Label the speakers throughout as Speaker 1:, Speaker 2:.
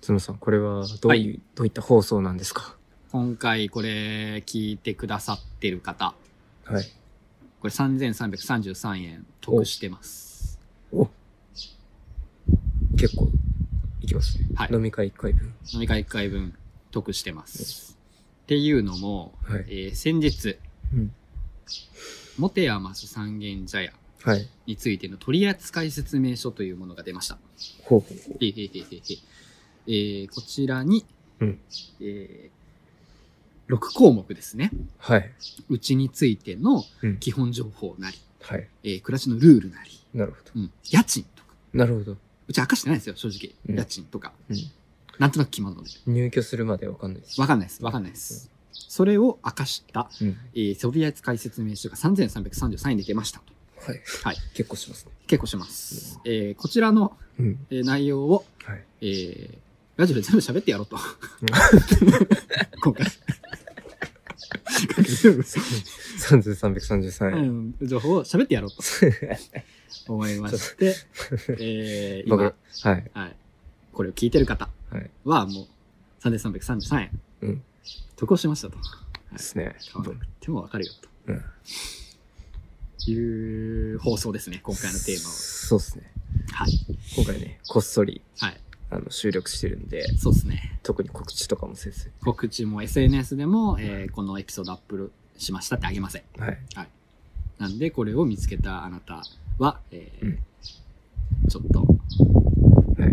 Speaker 1: つむさん、これはどういう、
Speaker 2: は
Speaker 1: どういった放送なんですか
Speaker 2: 今回これ聞いてくださってる方、
Speaker 1: はい。
Speaker 2: これ3333円得してます。
Speaker 1: お結構、いきますね。
Speaker 2: はい
Speaker 1: 飲み会1回分。
Speaker 2: 飲み会1回分得してます。っていうのも、
Speaker 1: はい
Speaker 2: えー先日、
Speaker 1: うん
Speaker 2: モテヤマス三軒茶屋
Speaker 1: はい。
Speaker 2: についての取扱説明書というものが出ました。
Speaker 1: ほうほうほう。
Speaker 2: へへへへへえーこちらに、
Speaker 1: うん
Speaker 2: えー6項目ですね。
Speaker 1: はい。
Speaker 2: うちについての
Speaker 1: うん
Speaker 2: 基本情報なり、
Speaker 1: はい。
Speaker 2: えー暮らしのルールなり、
Speaker 1: なるほど。
Speaker 2: うん、家賃とか。
Speaker 1: なるほど。
Speaker 2: うち明かしてないですよ、正直。
Speaker 1: うん
Speaker 2: 家賃とか。
Speaker 1: うん
Speaker 2: なんとなく決まるので。
Speaker 1: 入居するまでわかんないです。
Speaker 2: わかんないです。わかんないです。それを明かした、
Speaker 1: うん。
Speaker 2: えー、ソビエツ解説明書が3333円で出ましたと。
Speaker 1: はい。
Speaker 2: はい。
Speaker 1: 結構しますね。
Speaker 2: 結構します。えーこちらの、
Speaker 1: うん。
Speaker 2: えー内容を、
Speaker 1: はい。
Speaker 2: えーラジオで全部喋ってやろうと。今回。全部
Speaker 1: 3333
Speaker 2: う
Speaker 1: 円。
Speaker 2: ん情報を喋ってやろうと思いまして、え ー、
Speaker 1: 僕、
Speaker 2: 今
Speaker 1: は、い。
Speaker 2: はい、これを聞いてる方
Speaker 1: はい。
Speaker 2: はもう3333円、
Speaker 1: うん
Speaker 2: 得をしましたと。
Speaker 1: ですね。
Speaker 2: 買わなくてもわかるよ
Speaker 1: うん。
Speaker 2: という放送ですね、今回のテーマ
Speaker 1: そうですね。
Speaker 2: は。はい。
Speaker 1: 今回ね、こっそり、
Speaker 2: はい。
Speaker 1: あの、収録してるんで、
Speaker 2: そうですね。
Speaker 1: 特に告知とかもせず。
Speaker 2: 告知も SNS でも、えーこのエピソードアップしましたってあげません。
Speaker 1: はい。
Speaker 2: なんで、これを見つけたあなたは、えー
Speaker 1: うん
Speaker 2: ちょっと、
Speaker 1: はい。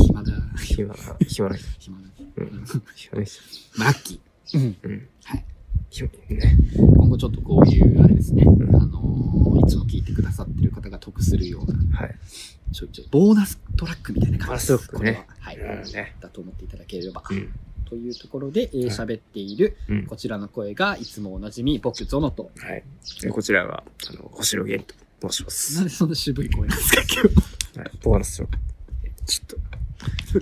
Speaker 2: 暇だ、
Speaker 1: 暇な、暇な人。
Speaker 2: 暇だ、
Speaker 1: うん。暇な人。
Speaker 2: まあラッキー。
Speaker 1: うん。
Speaker 2: はい。
Speaker 1: 暇ね。
Speaker 2: 今後ちょっとこういう、あれですね、
Speaker 1: ん
Speaker 2: あのーいつも聞いてくださってる方が得するような、
Speaker 1: はい。
Speaker 2: ちょいちょい、ボーナストラックみたいな感じ
Speaker 1: ボ
Speaker 2: です。
Speaker 1: ーナストラックね
Speaker 2: これは。はい。
Speaker 1: うんね
Speaker 2: だと思っていただければ。
Speaker 1: うん。
Speaker 2: というところで、え
Speaker 1: は
Speaker 2: ー
Speaker 1: い
Speaker 2: 喋っている、
Speaker 1: うん。
Speaker 2: こちらの声が、いつもおなじみ、僕、ゾノと。
Speaker 1: はい。でこちらは、あの、星野源と申しま
Speaker 2: なん
Speaker 1: す。
Speaker 2: でそんな渋い声なんですか、今
Speaker 1: はい。ボーナスちょちょっ
Speaker 2: 日。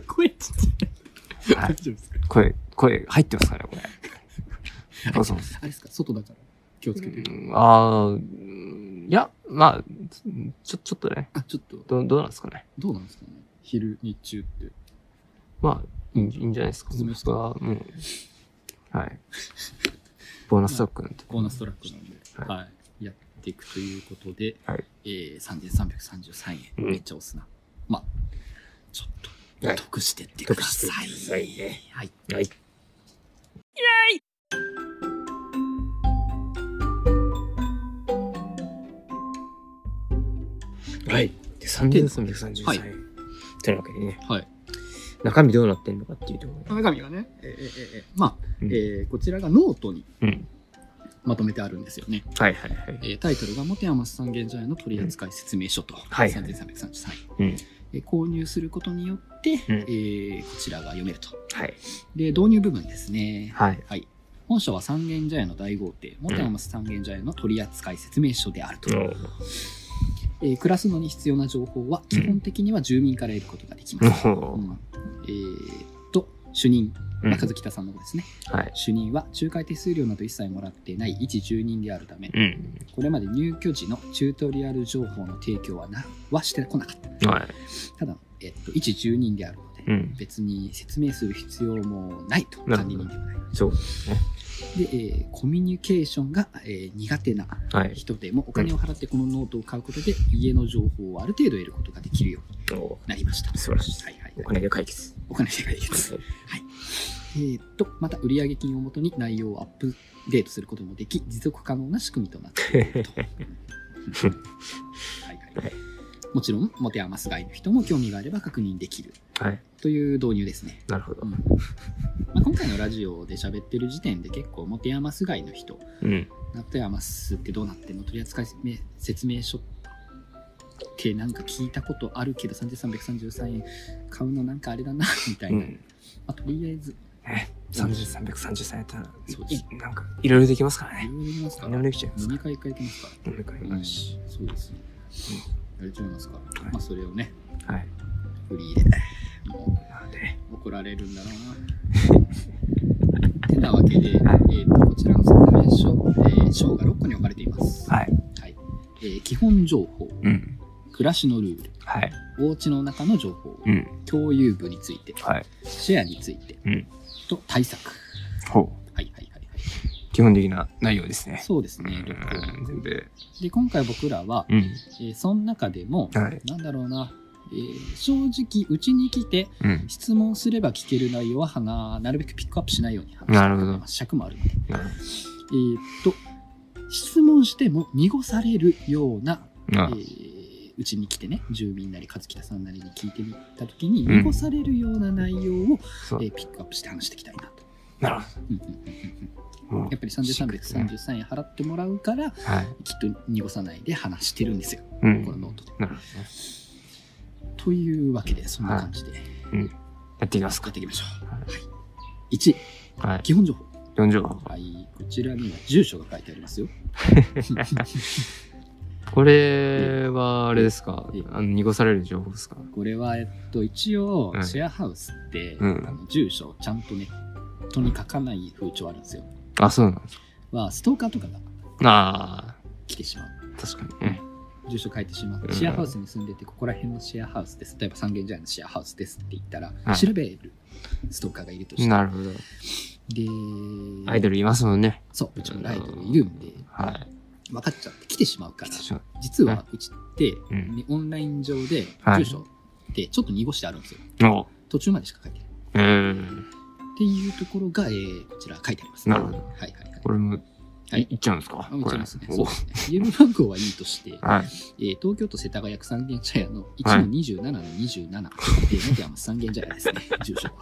Speaker 2: 声ちっち
Speaker 1: と、は
Speaker 2: ゃい。大
Speaker 1: い。
Speaker 2: 丈夫ですか
Speaker 1: 声、声入ってますかね、これ。そうそう。
Speaker 2: あれですか、外だから。気をつけて。
Speaker 1: うんああ、いや、まあ、ちょ、ちょっとね、
Speaker 2: あ、ちょっと、
Speaker 1: どどうなんですかね。
Speaker 2: どうなんですかね。昼、日中って。
Speaker 1: まあ、いいんいいんじゃないですか。
Speaker 2: いいんですか
Speaker 1: 僕はうん。はい。ボーナストラックなんて。
Speaker 2: ボーナストラックなんで、
Speaker 1: はい
Speaker 2: はい。やっていくということで、
Speaker 1: はい
Speaker 2: えー、3333円、
Speaker 1: うん
Speaker 2: めっちゃおすな。まあ、ちょっと、
Speaker 1: はい
Speaker 2: 得してってください。
Speaker 1: 得してってくださいね
Speaker 2: はい。
Speaker 1: はい。はい。で、3333
Speaker 2: はい
Speaker 1: 円。というわけでね、
Speaker 2: はい。
Speaker 1: 中身どうなってんのかっていうところね。
Speaker 2: 中身がね、えーえーえーまあ、
Speaker 1: うん
Speaker 2: えーこちらがノートに
Speaker 1: うん。
Speaker 2: まとめてあるんですよね。
Speaker 1: はいはいはい。
Speaker 2: えータイトルが、モテヤマス三軒茶屋の取扱説明書と、
Speaker 1: はい
Speaker 2: 3333円。
Speaker 1: うん。
Speaker 2: えー購入することによって、
Speaker 1: うん
Speaker 2: えーこちらが読めると。
Speaker 1: はい。
Speaker 2: で、導入部分ですね。
Speaker 1: はい。
Speaker 2: はい。本社は三軒茶屋の大豪邸、モテヤマス三軒茶屋の取扱説明書であると。えー暮らすのに必要な情報は基本的には住民から得ることができます。
Speaker 1: お
Speaker 2: うんえーっと、主任、
Speaker 1: うん
Speaker 2: 中月田さんの方ですね。
Speaker 1: はい。
Speaker 2: 主任は仲介手数料など一切もらっていない一住人であるため、
Speaker 1: うん。
Speaker 2: これまで入居時のチュートリアル情報の提供はなはしてこなかった。
Speaker 1: はい。
Speaker 2: ただ、えっと、一住人であるので、
Speaker 1: うん。
Speaker 2: 別に説明する必要もないと、
Speaker 1: なる
Speaker 2: 管
Speaker 1: ほ
Speaker 2: 理
Speaker 1: ど
Speaker 2: 人でもない。
Speaker 1: そう。
Speaker 2: で、えーコミュニケーションが、えー苦手な
Speaker 1: はい。
Speaker 2: 人でもお金を払ってこのノートを買うことで、家の情報をある程度得ることができるように
Speaker 1: お
Speaker 2: なりました。
Speaker 1: 素晴らしい
Speaker 2: はいはい、
Speaker 1: お金で解決。
Speaker 2: お金で解決。えーっと、また売上金をもとに内容をアップデートすることもでき、持続可能な仕組みとなっていると。はいはい
Speaker 1: はい
Speaker 2: もちろん、持て余す外の人も興味があれば確認できる
Speaker 1: はい。
Speaker 2: という導入ですね。
Speaker 1: なるほど
Speaker 2: うん。まあ、今回のラジオで喋ってる時点で結構、持て余す外の人、
Speaker 1: うん。
Speaker 2: 持て余すってどうなってんの取扱説明説明書ってなんか聞いたことあるけど、3333円買うのなんかあれだな、みたいうな。
Speaker 1: ん。
Speaker 2: まあ、とりあえず、
Speaker 1: え、30、333やったら、
Speaker 2: そう
Speaker 1: いなんか、いろいろできますから
Speaker 2: い
Speaker 1: ね。
Speaker 2: ろいろ言いますか
Speaker 1: 何でもできちゃいます
Speaker 2: 飲
Speaker 1: か。
Speaker 2: み会行きますから
Speaker 1: 飲み会
Speaker 2: ら、
Speaker 1: もあるし。
Speaker 2: そうですね、やれちゃいますから、
Speaker 1: はい
Speaker 2: まあそれをね
Speaker 1: はい。
Speaker 2: フリーでも
Speaker 1: なので、
Speaker 2: う怒られるんだろうな てなわけで、
Speaker 1: はい
Speaker 2: えーとこちらの説明書、えー章が6個に分かれています、
Speaker 1: はい。
Speaker 2: はいええー基本情報、
Speaker 1: うん。
Speaker 2: 暮らしのルール、
Speaker 1: はい。
Speaker 2: お家の中の情報、
Speaker 1: うん。
Speaker 2: 共有部について、
Speaker 1: はい。
Speaker 2: シェアについて、
Speaker 1: うん
Speaker 2: と対策。
Speaker 1: ほ
Speaker 2: はいはいは
Speaker 1: う。
Speaker 2: いは
Speaker 1: 基本的な内容です
Speaker 2: い。
Speaker 1: ね。
Speaker 2: そうですね。旅行
Speaker 1: うん。全部。
Speaker 2: で、今回僕らは、
Speaker 1: うん。
Speaker 2: えーその中でも、
Speaker 1: はい。
Speaker 2: なんだろうな、えー正直、うちに来て
Speaker 1: うん。
Speaker 2: 質問すれば聞ける内容ははな、なるべくピックアップしないように話して
Speaker 1: なるほど
Speaker 2: まあ尺もあるので。
Speaker 1: なる
Speaker 2: えーっと、質問しても濁されるような、
Speaker 1: ほ
Speaker 2: え
Speaker 1: ど。
Speaker 2: ーうちに来てね、住民なり、勝北さんなりに聞いてみたときに、
Speaker 1: うん
Speaker 2: 濁されるような内容を、
Speaker 1: そう
Speaker 2: えーピックアップして話していきたいなと。
Speaker 1: なる
Speaker 2: うんうんうんうん
Speaker 1: ほど。も
Speaker 2: やっぱり3333円払ってもらうから、
Speaker 1: うはい。
Speaker 2: きっと濁さないで話してるんですよ、
Speaker 1: う
Speaker 2: この
Speaker 1: ん。
Speaker 2: ノートで。
Speaker 1: なるほどね。
Speaker 2: というわけで、そんな感じでや
Speaker 1: やっていきますか
Speaker 2: っ。ていきましょう。
Speaker 1: は
Speaker 2: はい、1、
Speaker 1: はい。
Speaker 2: 基本情報。
Speaker 1: 4条は
Speaker 2: はい、こちらには住所が書いてあり ますよ。
Speaker 1: これはあれですか
Speaker 2: ええ
Speaker 1: あの濁される情報ですか
Speaker 2: これは、えっと、一応
Speaker 1: う、ん
Speaker 2: シェアハウスって、
Speaker 1: うん
Speaker 2: あの住所をちゃんとね、人に書かない風潮あるんですよ。
Speaker 1: あ、そうなんです
Speaker 2: は、ストーカーとかが
Speaker 1: か。あ
Speaker 2: 来てしまう。
Speaker 1: あ、確かに。ね
Speaker 2: 住所書いてしま
Speaker 1: う
Speaker 2: う。
Speaker 1: ん
Speaker 2: シェアハウスに住んでて、ここら辺のシェアハウスです。例えば三軒茶屋のシェアハウスですって言ったら、
Speaker 1: はい
Speaker 2: 調べるストーカーがいるとして。
Speaker 1: なるほど。
Speaker 2: で、
Speaker 1: アイドルいますもんね。
Speaker 2: そう、うちのアイドルいるんで、
Speaker 1: はい。
Speaker 2: 分かっちゃって来てしまうから、
Speaker 1: ちょ
Speaker 2: 実はうちって、
Speaker 1: うん
Speaker 2: ねオンライン上で
Speaker 1: はい
Speaker 2: 住所ってちょっと濁してあるんですよ。
Speaker 1: お
Speaker 2: 途中までしか書いてない。
Speaker 1: うん。
Speaker 2: っていうところが、えーこちら書いてあります、
Speaker 1: なるほど
Speaker 2: はいはいはい。
Speaker 1: これも、、
Speaker 2: はいい
Speaker 1: いっちゃうんですか
Speaker 2: あ、もちろんですね。
Speaker 1: これ
Speaker 2: そうですね郵便番号はいいとして、
Speaker 1: おはい。
Speaker 2: えー東京都世田谷区三軒茶屋の
Speaker 1: はい
Speaker 2: 1-27の27、でなんてあの三軒茶屋 ですね、住所は。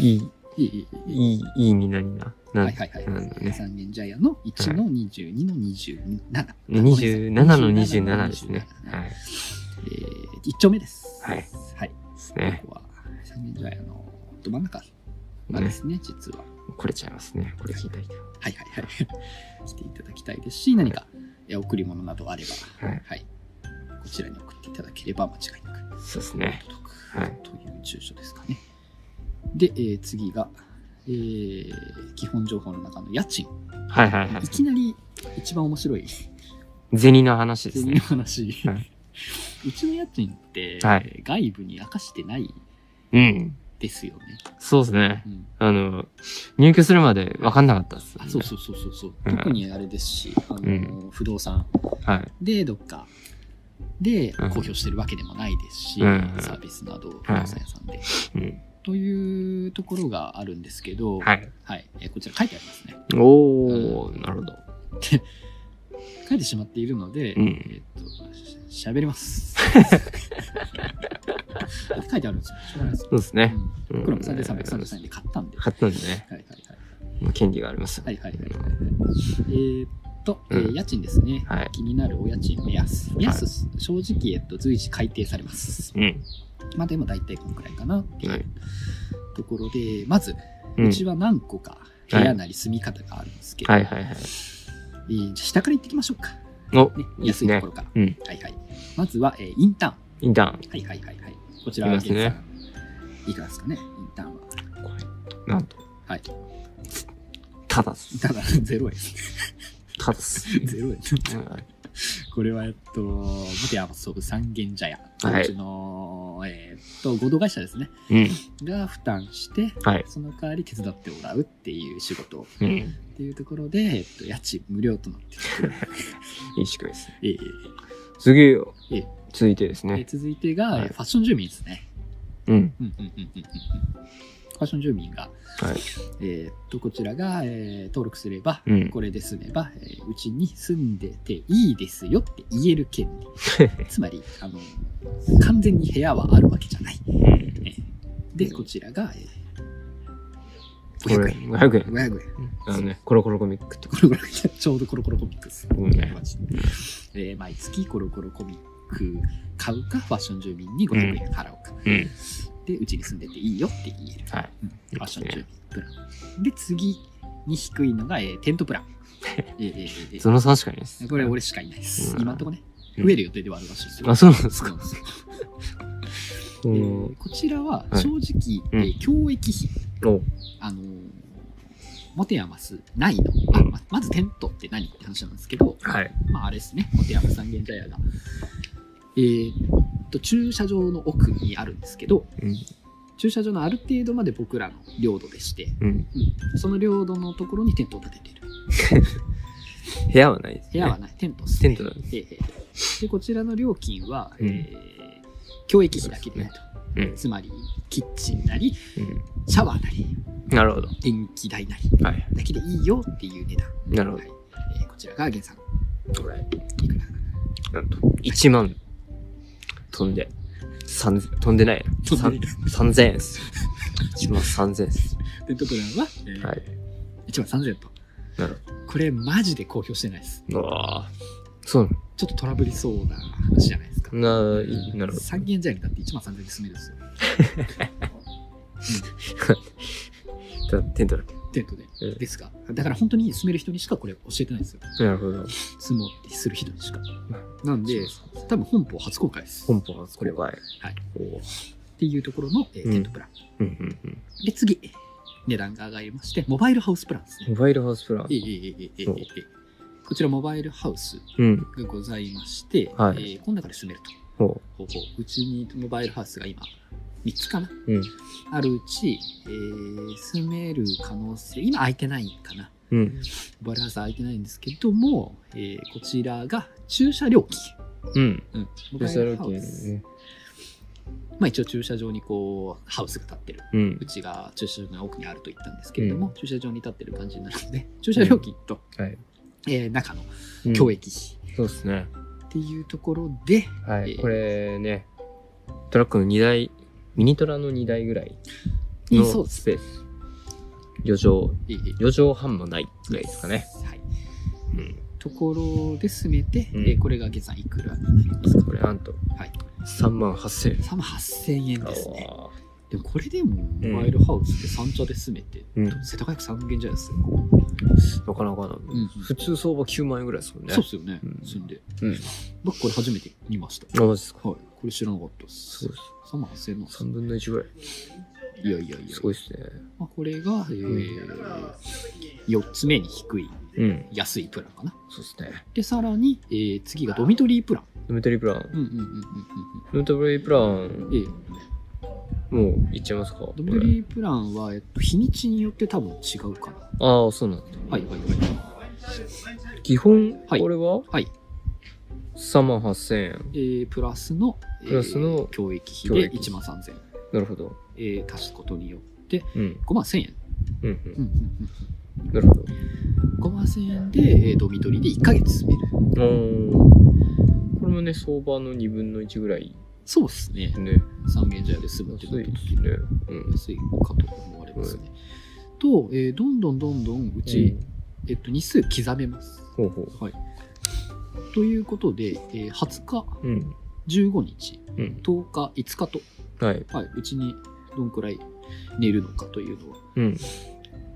Speaker 1: いい、
Speaker 2: いいいいいい
Speaker 1: いい、いいになりな。な
Speaker 2: はいはいはい
Speaker 1: なんだろう。ね。
Speaker 2: 三軒茶屋の1の22の27。
Speaker 1: 27の27ですね。
Speaker 2: は
Speaker 1: はいい。
Speaker 2: えー、1丁目です。
Speaker 1: はい。
Speaker 2: はい。
Speaker 1: ですね。
Speaker 2: ここは三軒茶屋のど真ん中がですね、実は。
Speaker 1: これちゃいますね。これ聞いた人。
Speaker 2: はいはいはい。来ていただきたいですし、何かえ贈り物などあれば、
Speaker 1: はい
Speaker 2: こちらに送っていただければ間違いなく
Speaker 1: そうですね。
Speaker 2: 届く、
Speaker 1: はい
Speaker 2: という住所ですかね。で、えー次が、えー基本情報の中の家賃。
Speaker 1: はいはいはい
Speaker 2: い。きなり一番面白い
Speaker 1: 銭の話です
Speaker 2: 銭の
Speaker 1: ね。
Speaker 2: 話。
Speaker 1: は いう
Speaker 2: ちの家賃って、
Speaker 1: は
Speaker 2: 外部に明かしてない
Speaker 1: うん。
Speaker 2: ですよね。
Speaker 1: そうですね
Speaker 2: う。ん
Speaker 1: あの、入居するまで分かんなかったっす、
Speaker 2: あそうそうそうそうそう。
Speaker 1: うん
Speaker 2: 特にあれですし、あの
Speaker 1: う
Speaker 2: 不動産
Speaker 1: はい。
Speaker 2: でどっかで
Speaker 1: うん
Speaker 2: 公表してるわけでもないですし、
Speaker 1: うん
Speaker 2: サービスなど不動産屋さんで、
Speaker 1: うん。
Speaker 2: というところがあるんですけど、
Speaker 1: はいい。
Speaker 2: えーこちら書いてありますね
Speaker 1: おー、なるほど。
Speaker 2: 書いてしまっているので、
Speaker 1: うん
Speaker 2: えーっとししゃべります 書いてあるんですよしょうがないです
Speaker 1: そ
Speaker 2: よ、
Speaker 1: うですね。
Speaker 2: うん、
Speaker 1: うん
Speaker 2: これも3333円で買ったんで、は
Speaker 1: 買ったんでね、
Speaker 2: いはいはい、
Speaker 1: もう権利がありますよ
Speaker 2: は
Speaker 1: ね。
Speaker 2: いはいはいはいはい。えーっと、えー
Speaker 1: うん
Speaker 2: 家賃ですね、
Speaker 1: はい
Speaker 2: 気になるお家賃目安。目安、正直、えっと、随時改定されます。
Speaker 1: うん。
Speaker 2: まあでも大体このくらいかなってい
Speaker 1: は
Speaker 2: う
Speaker 1: い
Speaker 2: ところで、まず、
Speaker 1: う
Speaker 2: うんちは何個か部屋なり住み方があるんですけど、
Speaker 1: はいはいはい。
Speaker 2: えーじゃあ下から行ってきましょうか。
Speaker 1: お、
Speaker 2: ね、
Speaker 1: いいで
Speaker 2: 安
Speaker 1: す
Speaker 2: い
Speaker 1: ね
Speaker 2: ところから。
Speaker 1: うん
Speaker 2: はいはい。まずは、えーインターン。
Speaker 1: インターン。
Speaker 2: はいはいはいはい。こちら
Speaker 1: い
Speaker 2: は
Speaker 1: ますね
Speaker 2: 現在いくらですかね、インターンは。
Speaker 1: これ、なんと。
Speaker 2: はい。
Speaker 1: ただっす。
Speaker 2: ただ、0円。
Speaker 1: ただっ す。
Speaker 2: 0円。これは、えっと、モテアマソブ三軒茶屋。
Speaker 1: はいう
Speaker 2: ちの、えーっと、合同会社ですね。
Speaker 1: うん。
Speaker 2: が負担して、
Speaker 1: はい。
Speaker 2: その代わり手伝ってもらうっていう仕事
Speaker 1: うん。
Speaker 2: っていうところで、えっと、家賃無料となってる。
Speaker 1: いい仕組みですね。
Speaker 2: ええ
Speaker 1: 次、
Speaker 2: ええ
Speaker 1: 続いてです
Speaker 2: ええ
Speaker 1: ね。
Speaker 2: 続いてが、
Speaker 1: はい
Speaker 2: えーファッション住民ですね。
Speaker 1: うん。
Speaker 2: うんうんうんうんうんファッション住民が、
Speaker 1: はい。
Speaker 2: えーっと、こちらが、えー登録すれば、
Speaker 1: うん。
Speaker 2: これで住めば、えーうちに住んでていいですよって言える権 利。つまり、あの、完全に部屋はあるわけじゃない。
Speaker 1: うん
Speaker 2: えーで、こちらが、え
Speaker 1: こ
Speaker 2: ー、
Speaker 1: れ、
Speaker 2: 500円。
Speaker 1: 500円。
Speaker 2: 500円。
Speaker 1: あのね、コロコロコミックってこ
Speaker 2: コロコロちょうどコロコロコミックです。
Speaker 1: うんね
Speaker 2: マジでえー毎月コロコロコミック買うか、ファッション住民に500円払うか。
Speaker 1: と。うん。
Speaker 2: で、うちに住んでていいよって言える。
Speaker 1: はい。
Speaker 2: うんファッション住民プラン。で、次に低いのが、えーテン トプラン。えーえーえーえー
Speaker 1: その3しかないです。
Speaker 2: これ俺しかいないです。
Speaker 1: うん
Speaker 2: 今んとこね、
Speaker 1: うん
Speaker 2: 増える予定ではあるらしいですよ。
Speaker 1: あ、そうなんです
Speaker 2: そう
Speaker 1: か
Speaker 2: なん。ですよ
Speaker 1: う
Speaker 2: え
Speaker 1: ん
Speaker 2: ーこちらは
Speaker 1: はい
Speaker 2: 正直、
Speaker 1: うん
Speaker 2: えー教育費、
Speaker 1: お
Speaker 2: あのー持て余すないの。あままずテントって何って話なんですけど、
Speaker 1: はい。
Speaker 2: まあ、あれですね、ホテヤマ三軒茶屋が。えーっと、駐車場の奥にあるんですけど、
Speaker 1: うん。
Speaker 2: 駐車場のある程度まで僕らの領土でして、
Speaker 1: うん。
Speaker 2: うんその領土のところにテントを建てている。
Speaker 1: 部屋はないですね。
Speaker 2: 部屋は
Speaker 1: ない。
Speaker 2: ない、テントです
Speaker 1: テ
Speaker 2: ね、
Speaker 1: ントなん
Speaker 2: ええで、こちらの料金は、
Speaker 1: うん
Speaker 2: えー教育費だけでないと。
Speaker 1: うん。
Speaker 2: つまり、キッチンなり、シャワーなり、
Speaker 1: うん。なるほど。
Speaker 2: 電気代なり
Speaker 1: はい。
Speaker 2: だけでいいよっていう値段。
Speaker 1: なるほど
Speaker 2: はいえーこちらが原産。
Speaker 1: これ、
Speaker 2: いく
Speaker 1: な
Speaker 2: ら
Speaker 1: んと、1万、飛んで、三千飛んでないな。
Speaker 2: 飛 んでない
Speaker 1: 三3000円っす。1万3000円っす。
Speaker 2: で、ところは、えー
Speaker 1: はい。
Speaker 2: 1万3000円と。
Speaker 1: なる
Speaker 2: これ、マジで公表してないです。
Speaker 1: ほど。うわぁ。そう
Speaker 2: ちょっとトラブりそうな話じゃないですか。
Speaker 1: なの。な、いなる ほど。
Speaker 2: 三軒茶屋にだって1万3000円で住めるんですよ。
Speaker 1: だテントだけ。
Speaker 2: テントで
Speaker 1: ええ。
Speaker 2: ですが、だから本当に住める人にしかこれ教えてないんですよ。
Speaker 1: なるほど。
Speaker 2: 住もうってする人にしか。なんで、多分本邦初公開です。
Speaker 1: 本邦初
Speaker 2: これ
Speaker 1: 公
Speaker 2: は。
Speaker 1: 開。
Speaker 2: はい。
Speaker 1: おー
Speaker 2: っていうところの、えー
Speaker 1: うん
Speaker 2: テントプラン。
Speaker 1: うんうんうん。
Speaker 2: で、次、値段が上がりまして、モバイルハウスプランですね。
Speaker 1: モバイルハウスプラン
Speaker 2: え。ええええええええこちらモバイルハウス
Speaker 1: うん。
Speaker 2: がございまして、
Speaker 1: はい
Speaker 2: えーこの中で住めると。
Speaker 1: ほ
Speaker 2: ほうほううちにモバイルハウスが今、3つかな
Speaker 1: う。うん。
Speaker 2: あるうち、えー住める可能性、今空いてないかな。
Speaker 1: うん。
Speaker 2: モバイルハウス空いてないんですけども、えーこちらが駐車料金。
Speaker 1: うん。
Speaker 2: うん、
Speaker 1: 駐
Speaker 2: モバイ
Speaker 1: 車
Speaker 2: ル
Speaker 1: 料
Speaker 2: ハウ
Speaker 1: 金
Speaker 2: ス。
Speaker 1: ね。
Speaker 2: まあ一応駐車場にこう、ハウスが建ってる。
Speaker 1: うん
Speaker 2: う。ちが駐車場の奥にあると言ったんですけれども、
Speaker 1: う
Speaker 2: 駐車場に立ってる感じになるので、駐車料金と、
Speaker 1: はい。
Speaker 2: えー中の教育費
Speaker 1: そうですね。
Speaker 2: っていうところで、
Speaker 1: は
Speaker 2: え
Speaker 1: い。
Speaker 2: ー
Speaker 1: これね、トラックの荷台、ミニトラの荷台ぐらい
Speaker 2: いいそう
Speaker 1: の
Speaker 2: です
Speaker 1: スペース。余剰、
Speaker 2: えー
Speaker 1: 余剰半もないぐらいですかね。。
Speaker 2: はい。
Speaker 1: うん。
Speaker 2: ところで進めて、
Speaker 1: うん
Speaker 2: えーこれが下さんいくらになりますか
Speaker 1: これなんと、
Speaker 2: はい。
Speaker 1: 3万8000円。
Speaker 2: 3万8000円ですね。
Speaker 1: あ
Speaker 2: でもこれでもモバイルハウスで三茶で住めて、
Speaker 1: うん
Speaker 2: 世田谷区三軒茶屋ですよ。
Speaker 1: ーなかなかな。
Speaker 2: ん
Speaker 1: 普通相場9万円ぐらいですもんね。
Speaker 2: そうっすよね、
Speaker 1: うん
Speaker 2: 住んで。
Speaker 1: うん。
Speaker 2: 僕これ初めて見ました。
Speaker 1: あ、マジですか。
Speaker 2: はい。これ知らなかったっ
Speaker 1: そ
Speaker 2: す
Speaker 1: う。です。
Speaker 2: 3万8000円なんです
Speaker 1: 3分の1ぐらい。
Speaker 2: いやいやいや。
Speaker 1: すごいですね。
Speaker 2: まあ、これが、えー、4つ目に低い、
Speaker 1: うん。
Speaker 2: 安いプランかな。
Speaker 1: そうですね。
Speaker 2: で、さらに、えー次がドミトリープラン。
Speaker 1: ドミトリープラン。
Speaker 2: うんうんうんうん
Speaker 1: ドミトリープラン
Speaker 2: うんうん。、えー
Speaker 1: もう行っちゃいますかこ
Speaker 2: ドミト
Speaker 1: れ
Speaker 2: リープランは、えっと、日にちによって多分違うかな。
Speaker 1: ああ、そうなんだ。
Speaker 2: はいはいはい。
Speaker 1: 基本、
Speaker 2: はい
Speaker 1: これは
Speaker 2: はい。
Speaker 1: 3万8000円。
Speaker 2: えープラスの、えー
Speaker 1: プラスの
Speaker 2: 教育費で
Speaker 1: 教育費
Speaker 2: 1万3000円、
Speaker 1: なるほど。
Speaker 2: えー足すことによって
Speaker 1: うん。
Speaker 2: 5万1000円。
Speaker 1: うん
Speaker 2: うんうん
Speaker 1: うん。なるほど。
Speaker 2: うん、5万1000円で、えードミトリーで1ヶ月住める。
Speaker 1: おーこれもね、相場の2分の1ぐらい
Speaker 2: そうですね
Speaker 1: です。ね。
Speaker 2: 三軒茶屋で住むって
Speaker 1: 安
Speaker 2: こ
Speaker 1: い
Speaker 2: と
Speaker 1: ですね。うん。
Speaker 2: 安いかと思われますね。と、えーどんどんどんどんうち、えっと、日数刻めます。
Speaker 1: ほうほう。
Speaker 2: はい、ということで、えー20
Speaker 1: うん。
Speaker 2: 日、15日、
Speaker 1: うん。
Speaker 2: 10日、5日と、
Speaker 1: はい。
Speaker 2: はい、うちにどんくらい寝るのかというのを、
Speaker 1: うん。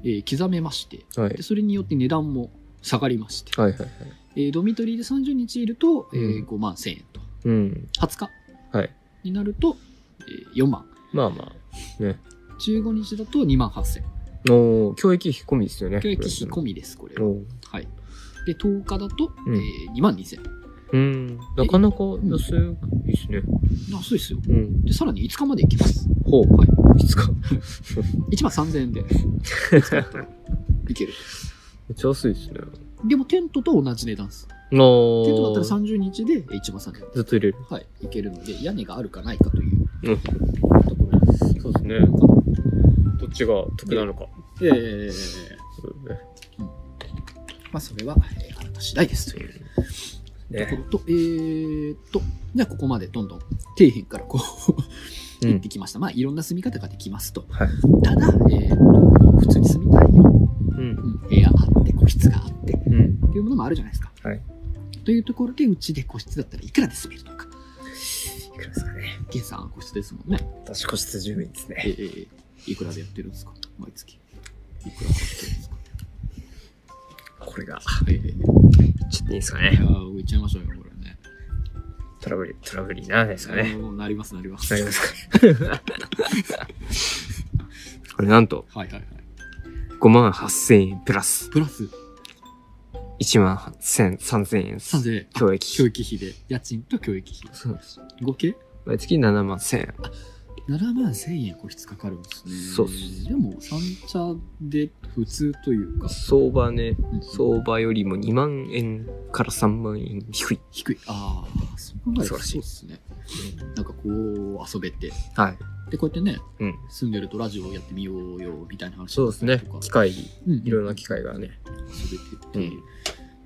Speaker 2: えー刻めまして
Speaker 1: はい
Speaker 2: で、。それによって値段も下がりまして、
Speaker 1: はいはいはい。
Speaker 2: えードミトリーで30日いると、え
Speaker 1: う
Speaker 2: ー、
Speaker 1: ん
Speaker 2: 5万1000円と、
Speaker 1: うん。
Speaker 2: 20日
Speaker 1: はい。
Speaker 2: になると、えー4万、
Speaker 1: まあまあ。ね。
Speaker 2: 15日だと2万8000円。
Speaker 1: おー教育費込みですよね。
Speaker 2: 教育費込
Speaker 1: み。
Speaker 2: みです、これは。
Speaker 1: おー
Speaker 2: はい。で、10日だと、
Speaker 1: うん
Speaker 2: えー、2万2000円。
Speaker 1: うん。なかなか安いですね。
Speaker 2: あ、そうですよ。
Speaker 1: うん。
Speaker 2: で、さらに5日まで行きます。
Speaker 1: ほう。
Speaker 2: はい。
Speaker 1: いつか。
Speaker 2: 1万3000円で
Speaker 1: めっち
Speaker 2: 行ける。
Speaker 1: ゃ安いですね。
Speaker 2: でも、テントと同じ値段です。
Speaker 1: の
Speaker 2: テントだったら30日で1万3000円。
Speaker 1: ずっと入れる。
Speaker 2: はい。行けるので、屋根があるかないかという
Speaker 1: うん
Speaker 2: ところです。
Speaker 1: そうですね。どっちが得なのか。
Speaker 2: えーまあ、それは、えーあなた次第ですというとこ
Speaker 1: ね。
Speaker 2: ろと、えーっと、じゃあ、ここまでどんどん底辺からこう、
Speaker 1: う
Speaker 2: 行っ
Speaker 1: ん
Speaker 2: て。きました。まあ、いろんな住み方ができますと。
Speaker 1: はい。
Speaker 2: ただ、えーっと、普通に住みたいよ。
Speaker 1: うん。
Speaker 2: うん部屋あって個室があってっ
Speaker 1: うん。
Speaker 2: ていうものもあるじゃないですか。
Speaker 1: はい。
Speaker 2: というところでうちで個室だったらいくらで住めるのか。
Speaker 1: いくらですかね。
Speaker 2: ゲンさんは個室ですもんね。
Speaker 1: 私個室住民です
Speaker 2: え
Speaker 1: ね。
Speaker 2: えええいくらでやってるんですか毎月。いくらでやってるんですか。
Speaker 1: これが。
Speaker 2: えええ
Speaker 1: ちょっといいですか
Speaker 2: えい
Speaker 1: ね
Speaker 2: や。ーいっちゃいましょうよこれね。
Speaker 1: トラブル、トラブルにならないですかね。
Speaker 2: あーなりますなります。
Speaker 1: なりますか。これなんと、
Speaker 2: はいはいはい。
Speaker 1: 5万8000円プラス
Speaker 2: プラス
Speaker 1: 1万8000 3000円です。
Speaker 2: 3000円あ
Speaker 1: 教育
Speaker 2: 教
Speaker 1: 費。
Speaker 2: 育費で、家賃と教育費。
Speaker 1: そうです。
Speaker 2: 合計
Speaker 1: 毎月7万1000円。
Speaker 2: 7万1000円個室かかるんですね。
Speaker 1: そうっす
Speaker 2: でも、三茶で普通というか、
Speaker 1: 相場ね
Speaker 2: う、ん
Speaker 1: 相場よりも2万円から3万円低い。
Speaker 2: 低い。ああ、そう考える
Speaker 1: 素晴
Speaker 2: と
Speaker 1: らしい
Speaker 2: そうっすね。なんかこう、遊べて。
Speaker 1: はい。
Speaker 2: で、こうやってね、
Speaker 1: うん。
Speaker 2: 住んでるとラジオをやってみようよ、みたいな話
Speaker 1: そうですね
Speaker 2: とか。
Speaker 1: 機械、
Speaker 2: うんうん
Speaker 1: いろんな機械がね。
Speaker 2: 遊べてて。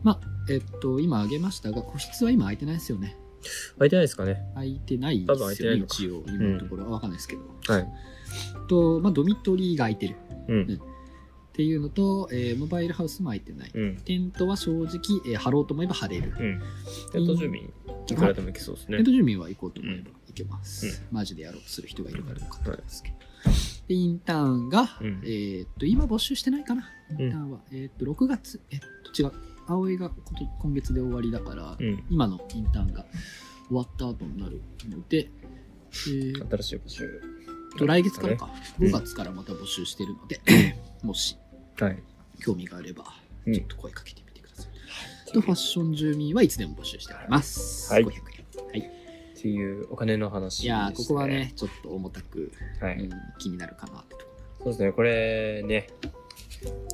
Speaker 2: まあ、えっと、今あげましたが、個室は今空いてないですよね。
Speaker 1: 空いてないですかね。
Speaker 2: 空いてない
Speaker 1: 多分
Speaker 2: で
Speaker 1: 空い
Speaker 2: す
Speaker 1: てな
Speaker 2: よ
Speaker 1: い
Speaker 2: ね、
Speaker 1: のか
Speaker 2: 一応。今のところはわかんないですけど。
Speaker 1: はい。
Speaker 2: と、まあ、ドミトリーが空いてる。
Speaker 1: うん。
Speaker 2: っていうのと、えーモバイルハウスも空いてない。
Speaker 1: うん。
Speaker 2: テントは正直、えー張ろうと思えば張れる。
Speaker 1: うん。テント準備、いくらでもいけそうですね
Speaker 2: テン。ト住民は行こうと思えば行けます。マジでやろうとする人がいるかどうかってことですけど。で、インターンが、
Speaker 1: うん
Speaker 2: えーっと、今募集してないかな、
Speaker 1: うん
Speaker 2: インターンは。えーっと、6月、えっと、違う。葵がこと今月で終わりだから、
Speaker 1: うん。
Speaker 2: 今のインターンが終わった後になるので、えーっ
Speaker 1: 新しい募集。
Speaker 2: と、来月からか、
Speaker 1: うん
Speaker 2: 5月からまた募集してるので、もし
Speaker 1: はい。
Speaker 2: 興味があれば、
Speaker 1: うん
Speaker 2: ちょっと声かけてみてください。と、ファッション住民はいつでも募集しております。
Speaker 1: はい
Speaker 2: 500円。はい。
Speaker 1: っていうお金の話、
Speaker 2: いやー、ここは。ね、ちょっと重たく、
Speaker 1: は
Speaker 2: う
Speaker 1: い
Speaker 2: ん。気になるかなってとこ
Speaker 1: そうですね、これね、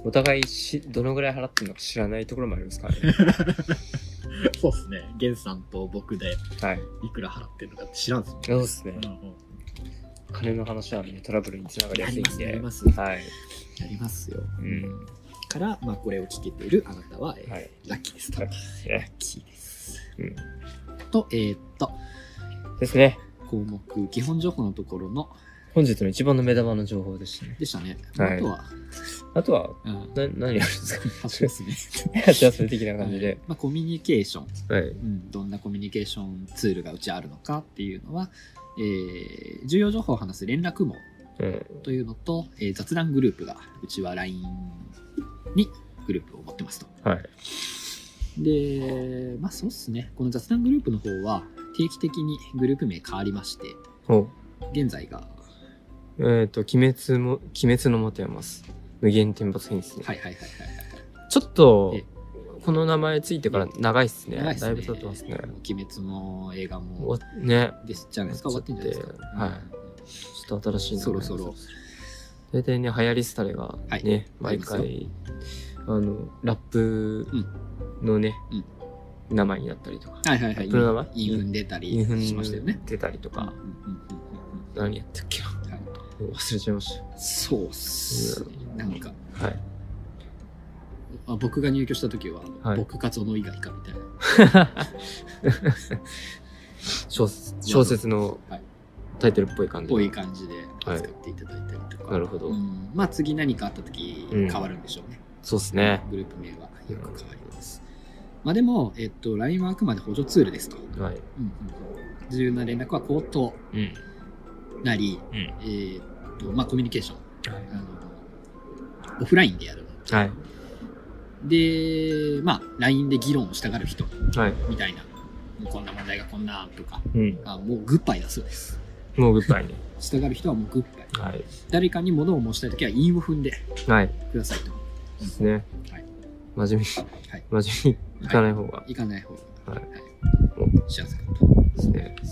Speaker 1: お互いしどのぐらい払ってるのか知らないところもありますから ね。
Speaker 2: そうですね、ゲンさんと僕で
Speaker 1: はい。
Speaker 2: いくら払ってるのかって知らんすもん
Speaker 1: そうですね。
Speaker 2: ね。
Speaker 1: 金の話はね、トラブルにつながりや
Speaker 2: や
Speaker 1: すい
Speaker 2: り
Speaker 1: ん
Speaker 2: ます、や
Speaker 1: で
Speaker 2: り。ます。や
Speaker 1: はい。
Speaker 2: りますよ。
Speaker 1: うん。
Speaker 2: から、まあ、これを聞けているあなたは、えー
Speaker 1: はい。
Speaker 2: ラッキーですと。
Speaker 1: ラ
Speaker 2: ラ
Speaker 1: ッ
Speaker 2: ッ
Speaker 1: キーですね。
Speaker 2: キーです。
Speaker 1: うん。
Speaker 2: と、えーっと、
Speaker 1: ですね。
Speaker 2: 項目、基本情報のところの、
Speaker 1: 本日の一番の目玉の情報でしたね。
Speaker 2: でしたね。
Speaker 1: はい
Speaker 2: あとは、
Speaker 1: あとは、
Speaker 2: うん、
Speaker 1: な何があるんですか
Speaker 2: そ うですね。
Speaker 1: 夏休み的な感じ
Speaker 2: はい
Speaker 1: で。
Speaker 2: まあ、コミュニケーション。
Speaker 1: はい。
Speaker 2: うん、どんなコミュニケーションツールがうちあるのかっていうのは、えー重要情報を話す連絡網
Speaker 1: うん。
Speaker 2: というのと、えー雑談グループがうちは LINE にグループを持ってますと。
Speaker 1: はい。
Speaker 2: で、まあそうっすね、この雑談グループの方は定期的にグループ名変わりまして、
Speaker 1: ほう。
Speaker 2: 現在が、
Speaker 1: えっ、と、鬼滅も、鬼滅の持てます。無限転罰編ですね。
Speaker 2: はいはいはいはいはい。
Speaker 1: ちょっと
Speaker 2: え、
Speaker 1: この名前ついてから長いっすね。
Speaker 2: 長いっす
Speaker 1: だ
Speaker 2: ね
Speaker 1: いぶ経ってますね。
Speaker 2: 鬼滅も映画も
Speaker 1: おね、
Speaker 2: ですじゃないですか、終わってんじゃないですか。
Speaker 1: はいちょっと新しい
Speaker 2: うん
Speaker 1: の
Speaker 2: そろそろ。
Speaker 1: 大体ね、流行り廃れが
Speaker 2: はい
Speaker 1: ね、
Speaker 2: あ
Speaker 1: 毎
Speaker 2: りますよ
Speaker 1: 回、あの、ラップのね、名前になったりとか、
Speaker 2: はいはいはい。
Speaker 1: これは
Speaker 2: インフン出た
Speaker 1: イン
Speaker 2: り
Speaker 1: フ
Speaker 2: しましたよね
Speaker 1: ン。出たりと
Speaker 2: うんうん
Speaker 1: か、
Speaker 2: うんうん
Speaker 1: 何やったっけな。
Speaker 2: うんはい
Speaker 1: もう忘れちゃいまし
Speaker 2: そうっすね。なんか、
Speaker 1: た。はい。
Speaker 2: あ僕が入居した時は、
Speaker 1: はい
Speaker 2: 僕かその以外かみたいな。
Speaker 1: 小説小説の
Speaker 2: はい
Speaker 1: タイトルっぽい感じ。
Speaker 2: こういう感じで扱っていただいたりとか。
Speaker 1: なるほど。
Speaker 2: うんまあ次何かあった時
Speaker 1: うん
Speaker 2: 変わるんでしょうね。
Speaker 1: そうですね。
Speaker 2: グループ名はよく変わります。まあでも、えっと、LINE はあくまで補助ツールですと。
Speaker 1: はい。
Speaker 2: うんうん重要な連絡は口頭
Speaker 1: うん。
Speaker 2: なり、
Speaker 1: うん
Speaker 2: えーっと、まあコミュニケーション。
Speaker 1: はい
Speaker 2: あのオフラインでやる。
Speaker 1: はい。
Speaker 2: で、まあ LINE で議論をしたがる人
Speaker 1: はい。
Speaker 2: みたいな。もうこんな問題がこんなとか。
Speaker 1: うん。
Speaker 2: あもうグッバイだそうです。
Speaker 1: もうグッバイね。
Speaker 2: 従う人はもうグッバイ。
Speaker 1: はい。
Speaker 2: 誰かに物を申したいときは韻を踏んで
Speaker 1: はい。
Speaker 2: くださいと。
Speaker 1: ですね。
Speaker 2: はい
Speaker 1: 真面目
Speaker 2: はい。
Speaker 1: に、真面目に行かない方が
Speaker 2: 行かない方が、
Speaker 1: は
Speaker 2: はいい
Speaker 1: お
Speaker 2: 幸せかと。は
Speaker 1: ですね。
Speaker 2: い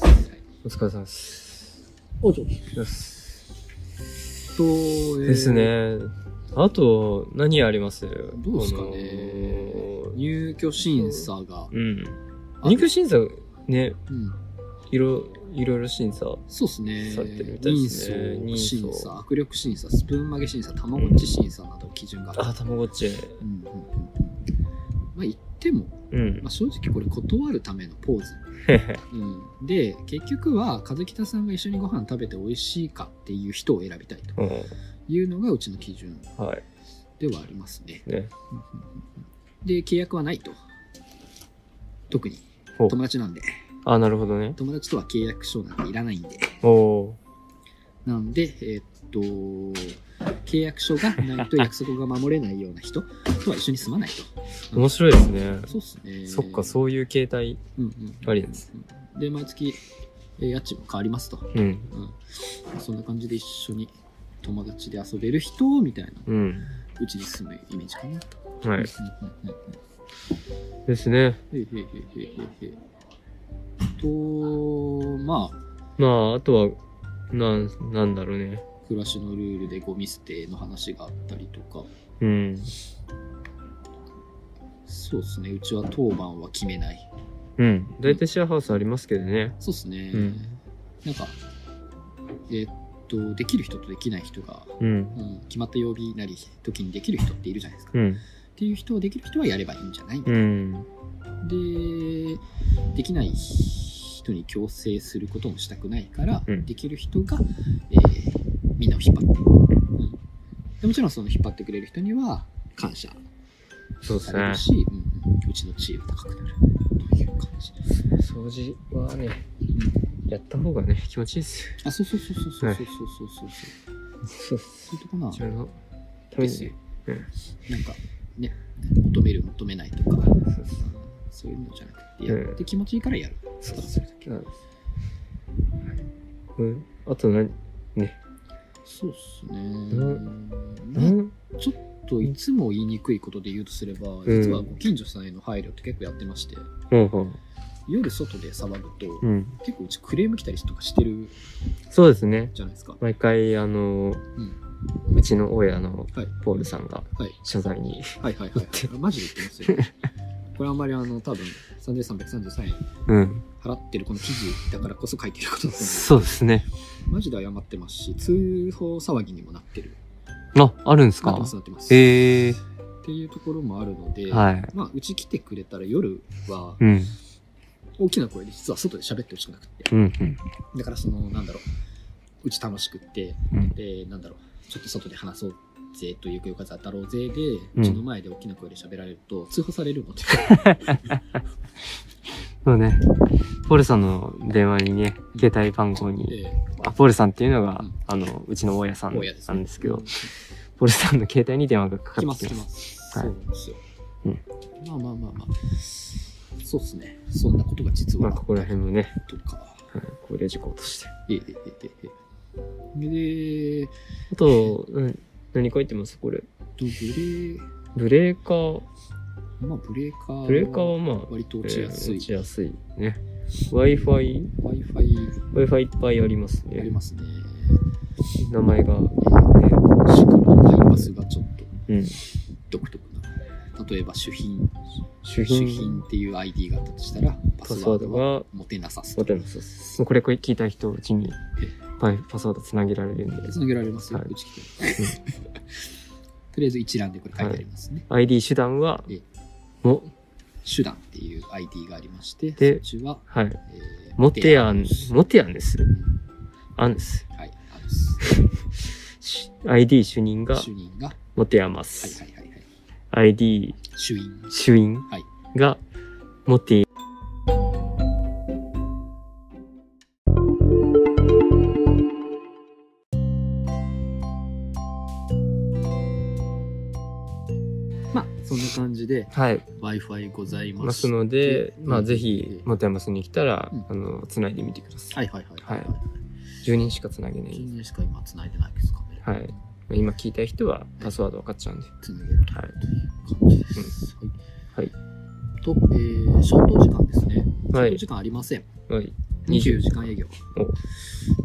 Speaker 1: お疲れ様です。
Speaker 2: おちょ
Speaker 1: です
Speaker 2: と、えー
Speaker 1: です。ね。あと、何あります
Speaker 2: どうですかね
Speaker 1: こ。の
Speaker 2: 入居審査が。
Speaker 1: うん。
Speaker 2: あ
Speaker 1: 入居審査、ね、
Speaker 2: うん、
Speaker 1: いろ、いろいろ審査。
Speaker 2: そうですね。
Speaker 1: されてるみたいで
Speaker 2: 人
Speaker 1: すね
Speaker 2: 相
Speaker 1: 人
Speaker 2: 審査、
Speaker 1: 相
Speaker 2: 握力審査、スプーン曲げ審査、たまごっち審査など基準があ
Speaker 1: あ、
Speaker 2: る。
Speaker 1: たまごっち。
Speaker 2: うんうんうんうんまあ言っても、
Speaker 1: うん
Speaker 2: まあ、。正直これ断るためのポーズ。うん、で結局は和北さんが一緒にご飯食べて美味しいかっていう人を選びたいと
Speaker 1: うん
Speaker 2: いうのがうちの基準
Speaker 1: はい。
Speaker 2: ではありますね。
Speaker 1: ね。
Speaker 2: うんうんうんで契約はないと特に
Speaker 1: ほう
Speaker 2: 友達なんで
Speaker 1: あ、なるほどね。
Speaker 2: 友達とは契約書なんていらないんで
Speaker 1: お
Speaker 2: なんでえーっと契約書がないと約束が守れないような人とは一緒に住まない
Speaker 1: お。面白いですね
Speaker 2: と。そうっすね
Speaker 1: そっか、そういう形態。
Speaker 2: うんうん
Speaker 1: ありなんです
Speaker 2: で毎月えー家賃も変わりますと
Speaker 1: うん。
Speaker 2: うん、そんな感じで一緒に友達で遊べる人みたいな
Speaker 1: うん。
Speaker 2: うちに住むイメージかな。
Speaker 1: は
Speaker 2: う
Speaker 1: い。
Speaker 2: んうんうんうん
Speaker 1: ですね。
Speaker 2: へいへいへいへいへいへいと、まあ、
Speaker 1: まあ、あとは、なん、なんだろうね。
Speaker 2: 暮らしのルールでゴミ捨ての話があったりとか、
Speaker 1: うん。
Speaker 2: そうですね、うちは当番は決めない。
Speaker 1: うん。大体シェアハウスありますけどね。
Speaker 2: そうですね、
Speaker 1: うん
Speaker 2: なんか、えーっと、できる人とできない人が、
Speaker 1: うん。
Speaker 2: うん、決まった曜日なり時にできる人っているじゃないですか。
Speaker 1: うん。
Speaker 2: っていう人はできる人はやればいいんじゃない、
Speaker 1: うん。
Speaker 2: でできない人に強制することもしたくないから、
Speaker 1: うん
Speaker 2: できる人が、えーみんなを引っ張って、うんでもちろんその引っ張ってくれる人には感謝
Speaker 1: そうで
Speaker 2: さ
Speaker 1: す
Speaker 2: れ
Speaker 1: ね
Speaker 2: る。し、うんうんうちの地位は高くなるという感じです、
Speaker 1: 掃除はね、やった方がね、気持ちいいっす。
Speaker 2: あそうそうそうそうそう
Speaker 1: はい
Speaker 2: そうそうそうそ
Speaker 1: そ
Speaker 2: う、
Speaker 1: うっす。
Speaker 2: そういうとこな
Speaker 1: 自分のため
Speaker 2: で
Speaker 1: に
Speaker 2: すよ
Speaker 1: ね。うん
Speaker 2: なんかね求める求めないと
Speaker 1: そう
Speaker 2: か
Speaker 1: っす
Speaker 2: そういうのじゃなくてやって気持ちいいからやる、
Speaker 1: そう
Speaker 2: ただそれだけ
Speaker 1: うんうん。あと何ね。
Speaker 2: そうっすね
Speaker 1: な
Speaker 2: なん
Speaker 1: ん
Speaker 2: といつも言いにくいことで言うとすれば、
Speaker 1: ん
Speaker 2: 実はご近所さんへの配慮って結構やってまして
Speaker 1: ほうほう。
Speaker 2: 夜外で騒ぐと、
Speaker 1: うん。
Speaker 2: 結構うちクレーム来たりとかしてる
Speaker 1: そうですね。
Speaker 2: じゃないですか、
Speaker 1: 毎回、あの、
Speaker 2: うん、
Speaker 1: うちの親の
Speaker 2: はい
Speaker 1: ポールさんが
Speaker 2: はい
Speaker 1: 謝罪に、
Speaker 2: はい はいはい
Speaker 1: 言っ
Speaker 2: マジで言ってますよこれあんまりあの多分3333円
Speaker 1: うん。
Speaker 2: 払ってるこの記事だからこそ書いてることなんです
Speaker 1: そうですね。
Speaker 2: けどマジで謝ってますし通報騒ぎにもなってる
Speaker 1: あ、あるんです
Speaker 2: なっ
Speaker 1: か
Speaker 2: てますなってます、
Speaker 1: へえ
Speaker 2: っていうところもあるので、
Speaker 1: はい。
Speaker 2: まあうち来てくれたら夜は
Speaker 1: うん。
Speaker 2: 大きな声で実は外で喋ってほしくなくっ
Speaker 1: う
Speaker 2: て
Speaker 1: ん。うん
Speaker 2: だからそのなんだろううち楽しくって
Speaker 1: うん。
Speaker 2: でなんだろうちょっと外で話そうぜというくよかざたろうぜで、
Speaker 1: う
Speaker 2: うんちの前で大きな声で喋られると通報されるので
Speaker 1: そうね。ポールさんの電話にね、携帯番号 に
Speaker 2: え
Speaker 1: あポールさんっていうのが、
Speaker 2: うん
Speaker 1: あのうちの大家さ
Speaker 2: え
Speaker 1: ん
Speaker 2: 大家です、
Speaker 1: な
Speaker 2: ね、
Speaker 1: んですけど、ポールさんの携帯に電話がかかって
Speaker 2: 来
Speaker 1: き
Speaker 2: ま
Speaker 1: ますす
Speaker 2: 来ます、
Speaker 1: はい
Speaker 2: そうなんですよ、
Speaker 1: うん
Speaker 2: まあまあまあまあそうっすねそんなことが実
Speaker 1: ま
Speaker 2: は
Speaker 1: あここら辺もね、
Speaker 2: とか
Speaker 1: うん、高齢事故として
Speaker 2: ええええええで
Speaker 1: あと、うん、何書いてますこれ
Speaker 2: とブレー
Speaker 1: ブレーカー
Speaker 2: まあブレーカーは
Speaker 1: ブレーカーはまあ、
Speaker 2: 割と
Speaker 1: えー
Speaker 2: 落ちやすい、
Speaker 1: 落ちやすいね w i f i
Speaker 2: w i f i
Speaker 1: w i f i いっぱいあります
Speaker 2: あり
Speaker 1: ね
Speaker 2: ますね
Speaker 1: 名前が、ね
Speaker 2: 主から入りますがちょっと
Speaker 1: うん、
Speaker 2: 独特な例えば主品
Speaker 1: 主
Speaker 2: 主
Speaker 1: 品
Speaker 2: 品っていう ID があったとしたらパ
Speaker 1: パ
Speaker 2: ス
Speaker 1: スワ
Speaker 2: ワ
Speaker 1: ー
Speaker 2: ー
Speaker 1: ド
Speaker 2: ドは
Speaker 1: が
Speaker 2: 持てなさす
Speaker 1: 持てなさそうですもうこれこれ聞いた人うちにパイパスワードつなげられるんで
Speaker 2: つなげられますよ、
Speaker 1: はいう
Speaker 2: ち 来てとりあえず一覧でこれ書いてありますね、
Speaker 1: ID 手段は
Speaker 2: ええ
Speaker 1: も
Speaker 2: 手段っていう ID がありまして
Speaker 1: で
Speaker 2: そっちは、
Speaker 1: はい
Speaker 2: えー
Speaker 1: モテアンモテアンです
Speaker 2: うん
Speaker 1: アンです
Speaker 2: はいアンス
Speaker 1: し ID 主任が
Speaker 2: 主任がは
Speaker 1: モテアマ
Speaker 2: いは
Speaker 1: ス、
Speaker 2: いはいはい
Speaker 1: ID
Speaker 2: 主任
Speaker 1: 主員
Speaker 2: はい
Speaker 1: がモテ
Speaker 2: まあそんな感じで
Speaker 1: はい
Speaker 2: w i f i ございま
Speaker 1: ますすので、
Speaker 2: うん
Speaker 1: まあ、ぜひ
Speaker 2: うん
Speaker 1: モテアマスに来たら、
Speaker 2: うん
Speaker 1: あのつないでみてくださ、
Speaker 2: はいいはいはいはい、
Speaker 1: は
Speaker 2: は、
Speaker 1: い10人しかつなげないい
Speaker 2: 10年しか今繋いでないですかね
Speaker 1: はい今聞いた人はパスワード分かっちゃうんで、
Speaker 2: つなげる
Speaker 1: はい
Speaker 2: という感じです。
Speaker 1: はい
Speaker 2: はい。と、えー、消灯時間ですね。
Speaker 1: は
Speaker 2: 消
Speaker 1: い
Speaker 2: 灯時間ありません。
Speaker 1: はい、
Speaker 2: 24時間営業。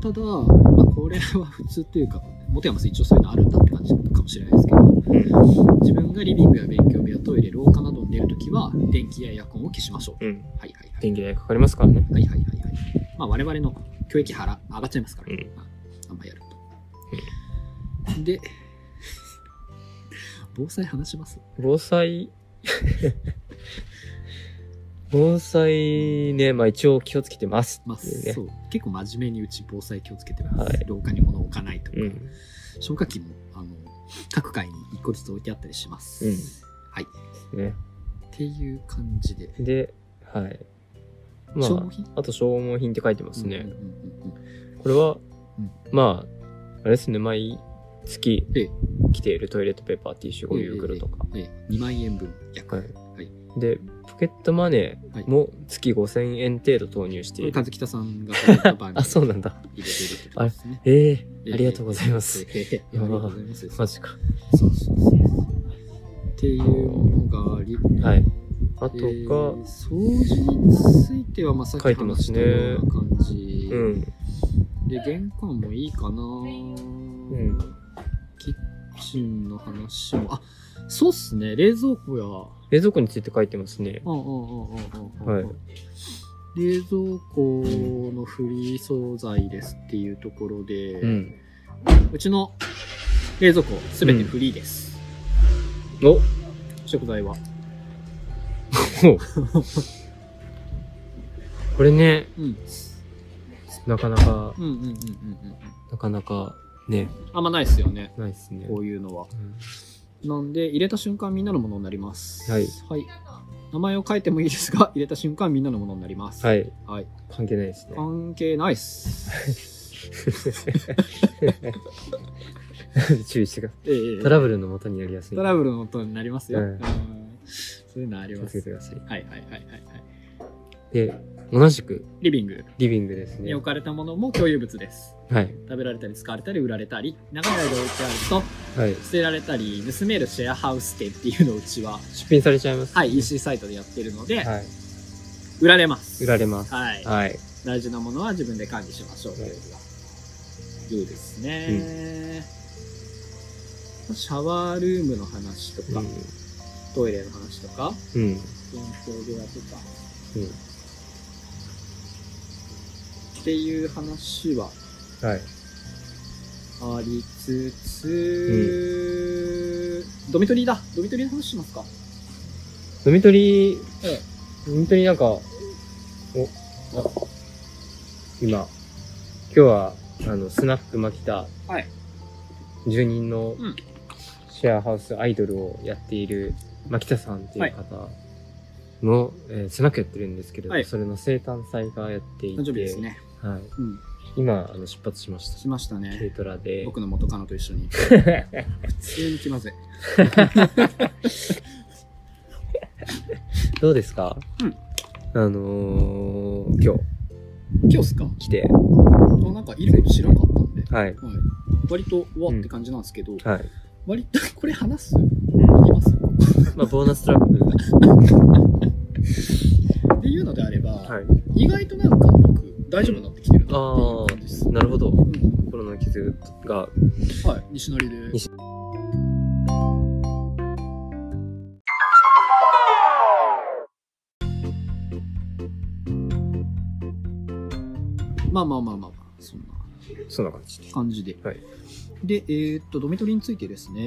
Speaker 2: ただ、まあ、これは普通というか、元山さん一応そういうのあるんだって感じかもしれないですけど、
Speaker 1: うん
Speaker 2: 自分がリビングや勉強部屋、トイレ、廊下などに出るときは、電気やエアコンを消しましょう。
Speaker 1: うん、
Speaker 2: はいはいはい。
Speaker 1: 電気代かかりますからね
Speaker 2: はいはいはいはい。まあ我々の教育腹上がっちゃいますから、
Speaker 1: うん
Speaker 2: あんまやると。で、防災話します
Speaker 1: 防災 防災ねまあ一応気をつけてます
Speaker 2: まあ、
Speaker 1: っていうね
Speaker 2: そう結構真面目にうち防災気をつけてます、
Speaker 1: はい
Speaker 2: 廊下に物を置かないとか、
Speaker 1: うん
Speaker 2: 消火器もあの各階に1個ずつ置いてあったりします、
Speaker 1: うん
Speaker 2: はい
Speaker 1: ね
Speaker 2: っていう感じで、
Speaker 1: ではいま
Speaker 2: 消耗
Speaker 1: あ
Speaker 2: 品
Speaker 1: あと消耗品って書いてますね、
Speaker 2: うんうんうんうん
Speaker 1: これは、
Speaker 2: うん
Speaker 1: まああれですね毎月
Speaker 2: ええ
Speaker 1: 来ているトイレットペーパーティッシュゴミ袋とか、
Speaker 2: ええ2万円分約、
Speaker 1: はい
Speaker 2: はい
Speaker 1: でポケットマネ
Speaker 2: はい
Speaker 1: ーも月5000円程度投入して
Speaker 2: こ
Speaker 1: い
Speaker 2: れ
Speaker 1: る、
Speaker 2: 和北さんがこれ番に
Speaker 1: あそう
Speaker 2: 入
Speaker 1: なんだ
Speaker 2: れているってことですね
Speaker 1: ええ
Speaker 2: ええ
Speaker 1: ありがとうございます、
Speaker 2: ええありがとうございます
Speaker 1: マジか
Speaker 2: そうそうそうそうっていうものがあり、
Speaker 1: はい。あとが、
Speaker 2: えー掃除については、まあ、さっ
Speaker 1: 書
Speaker 2: き
Speaker 1: いてま
Speaker 2: 話
Speaker 1: す
Speaker 2: した
Speaker 1: ね
Speaker 2: ような感じ、
Speaker 1: うん。
Speaker 2: で玄関もいいかな、
Speaker 1: うん。
Speaker 2: キッチンの話もあそうっすね冷蔵庫や
Speaker 1: 冷蔵庫について書いてますね。
Speaker 2: うんうんうんうんうんうん
Speaker 1: はい
Speaker 2: 冷蔵庫のフリー素材ですっていうところで、う
Speaker 1: うん。
Speaker 2: ちの冷蔵庫すべてフリーです、
Speaker 1: お
Speaker 2: 食材は
Speaker 1: これね、
Speaker 2: うんうん
Speaker 1: なかなか、
Speaker 2: うんうんうんうん
Speaker 1: なかなか、ね、
Speaker 2: あんまないっすよね
Speaker 1: ないですね。
Speaker 2: こういうのは
Speaker 1: うん
Speaker 2: なんで入れた瞬間みんなのものになります
Speaker 1: はい、
Speaker 2: 名前を書いてもいいですが入 れた瞬間みんなのものになります
Speaker 1: はい。
Speaker 2: はい、
Speaker 1: 関係ないです ね。
Speaker 2: 関係ないっす
Speaker 1: 注意してくださ
Speaker 2: ええ
Speaker 1: い。トラブルの元になりやすい。
Speaker 2: トラブルの音になりますよ。
Speaker 1: はい
Speaker 2: うんそういうのあり
Speaker 1: 気
Speaker 2: ま
Speaker 1: をつけ
Speaker 2: す。
Speaker 1: てください。
Speaker 2: はいはいはいはいはい。
Speaker 1: で、同じく
Speaker 2: リビング
Speaker 1: リビングです
Speaker 2: に
Speaker 1: ね。
Speaker 2: 置かれたものも共有物です。
Speaker 1: はい。
Speaker 2: 食べられたり使われたり売られたり、長い間置いてある
Speaker 1: はい
Speaker 2: と。捨てられたり、盗めるシェアハウス店っていうのをうちは、
Speaker 1: 出品されちゃいます。
Speaker 2: はい、EC サイトでやってるので、
Speaker 1: はい。
Speaker 2: 売られます。
Speaker 1: 売られます。
Speaker 2: はい、
Speaker 1: はい。
Speaker 2: 大事なものは自分で管理しましょうというのが、いいですね。シャワールームの話とか、
Speaker 1: う
Speaker 2: トイレの話とか、
Speaker 1: ん。うん。
Speaker 2: 勉強部屋とか、
Speaker 1: う
Speaker 2: っていう話
Speaker 1: ん。
Speaker 2: は
Speaker 1: はい。
Speaker 2: ありつつ、ドミトリーだドミトリーの話しますか
Speaker 1: 飲み取り
Speaker 2: え、
Speaker 1: 飲み取りなんか、お、あ今、今日は、あの、スナックマキタ、
Speaker 2: はい
Speaker 1: 住人の
Speaker 2: うん
Speaker 1: シェアハウスアイドルをやっている、マキタさんっていう方の、えースナックやってるんですけれど、
Speaker 2: はい
Speaker 1: それの生誕祭がやっていて、
Speaker 2: 誕生日ですね
Speaker 1: はい、
Speaker 2: うん
Speaker 1: 今、あの出発しまし
Speaker 2: しました
Speaker 1: た。軽
Speaker 2: ね
Speaker 1: トラで。
Speaker 2: 僕の元カノと一緒に普通に気まずい
Speaker 1: どうですか
Speaker 2: うん
Speaker 1: あのー、今日
Speaker 2: 今日っすか
Speaker 1: 来て、
Speaker 2: あなんかいること知らなかったんで、
Speaker 1: はい。
Speaker 2: はい、割とうわって感じなんですけど、
Speaker 1: はい。
Speaker 2: 割とこれ話すいきます
Speaker 1: まあ、ボーナストラック。
Speaker 2: っていうのであれば、
Speaker 1: はい。
Speaker 2: 意外となんか僕大丈夫になってきてるなっていう感じです、
Speaker 1: なるほど。
Speaker 2: うん
Speaker 1: 心の傷が
Speaker 2: はい西成で
Speaker 1: 西
Speaker 2: まあまあまあまあまあそんな
Speaker 1: そんな感じで。
Speaker 2: 感じで。
Speaker 1: はい
Speaker 2: で、えーっと、ドミトリーについてですね、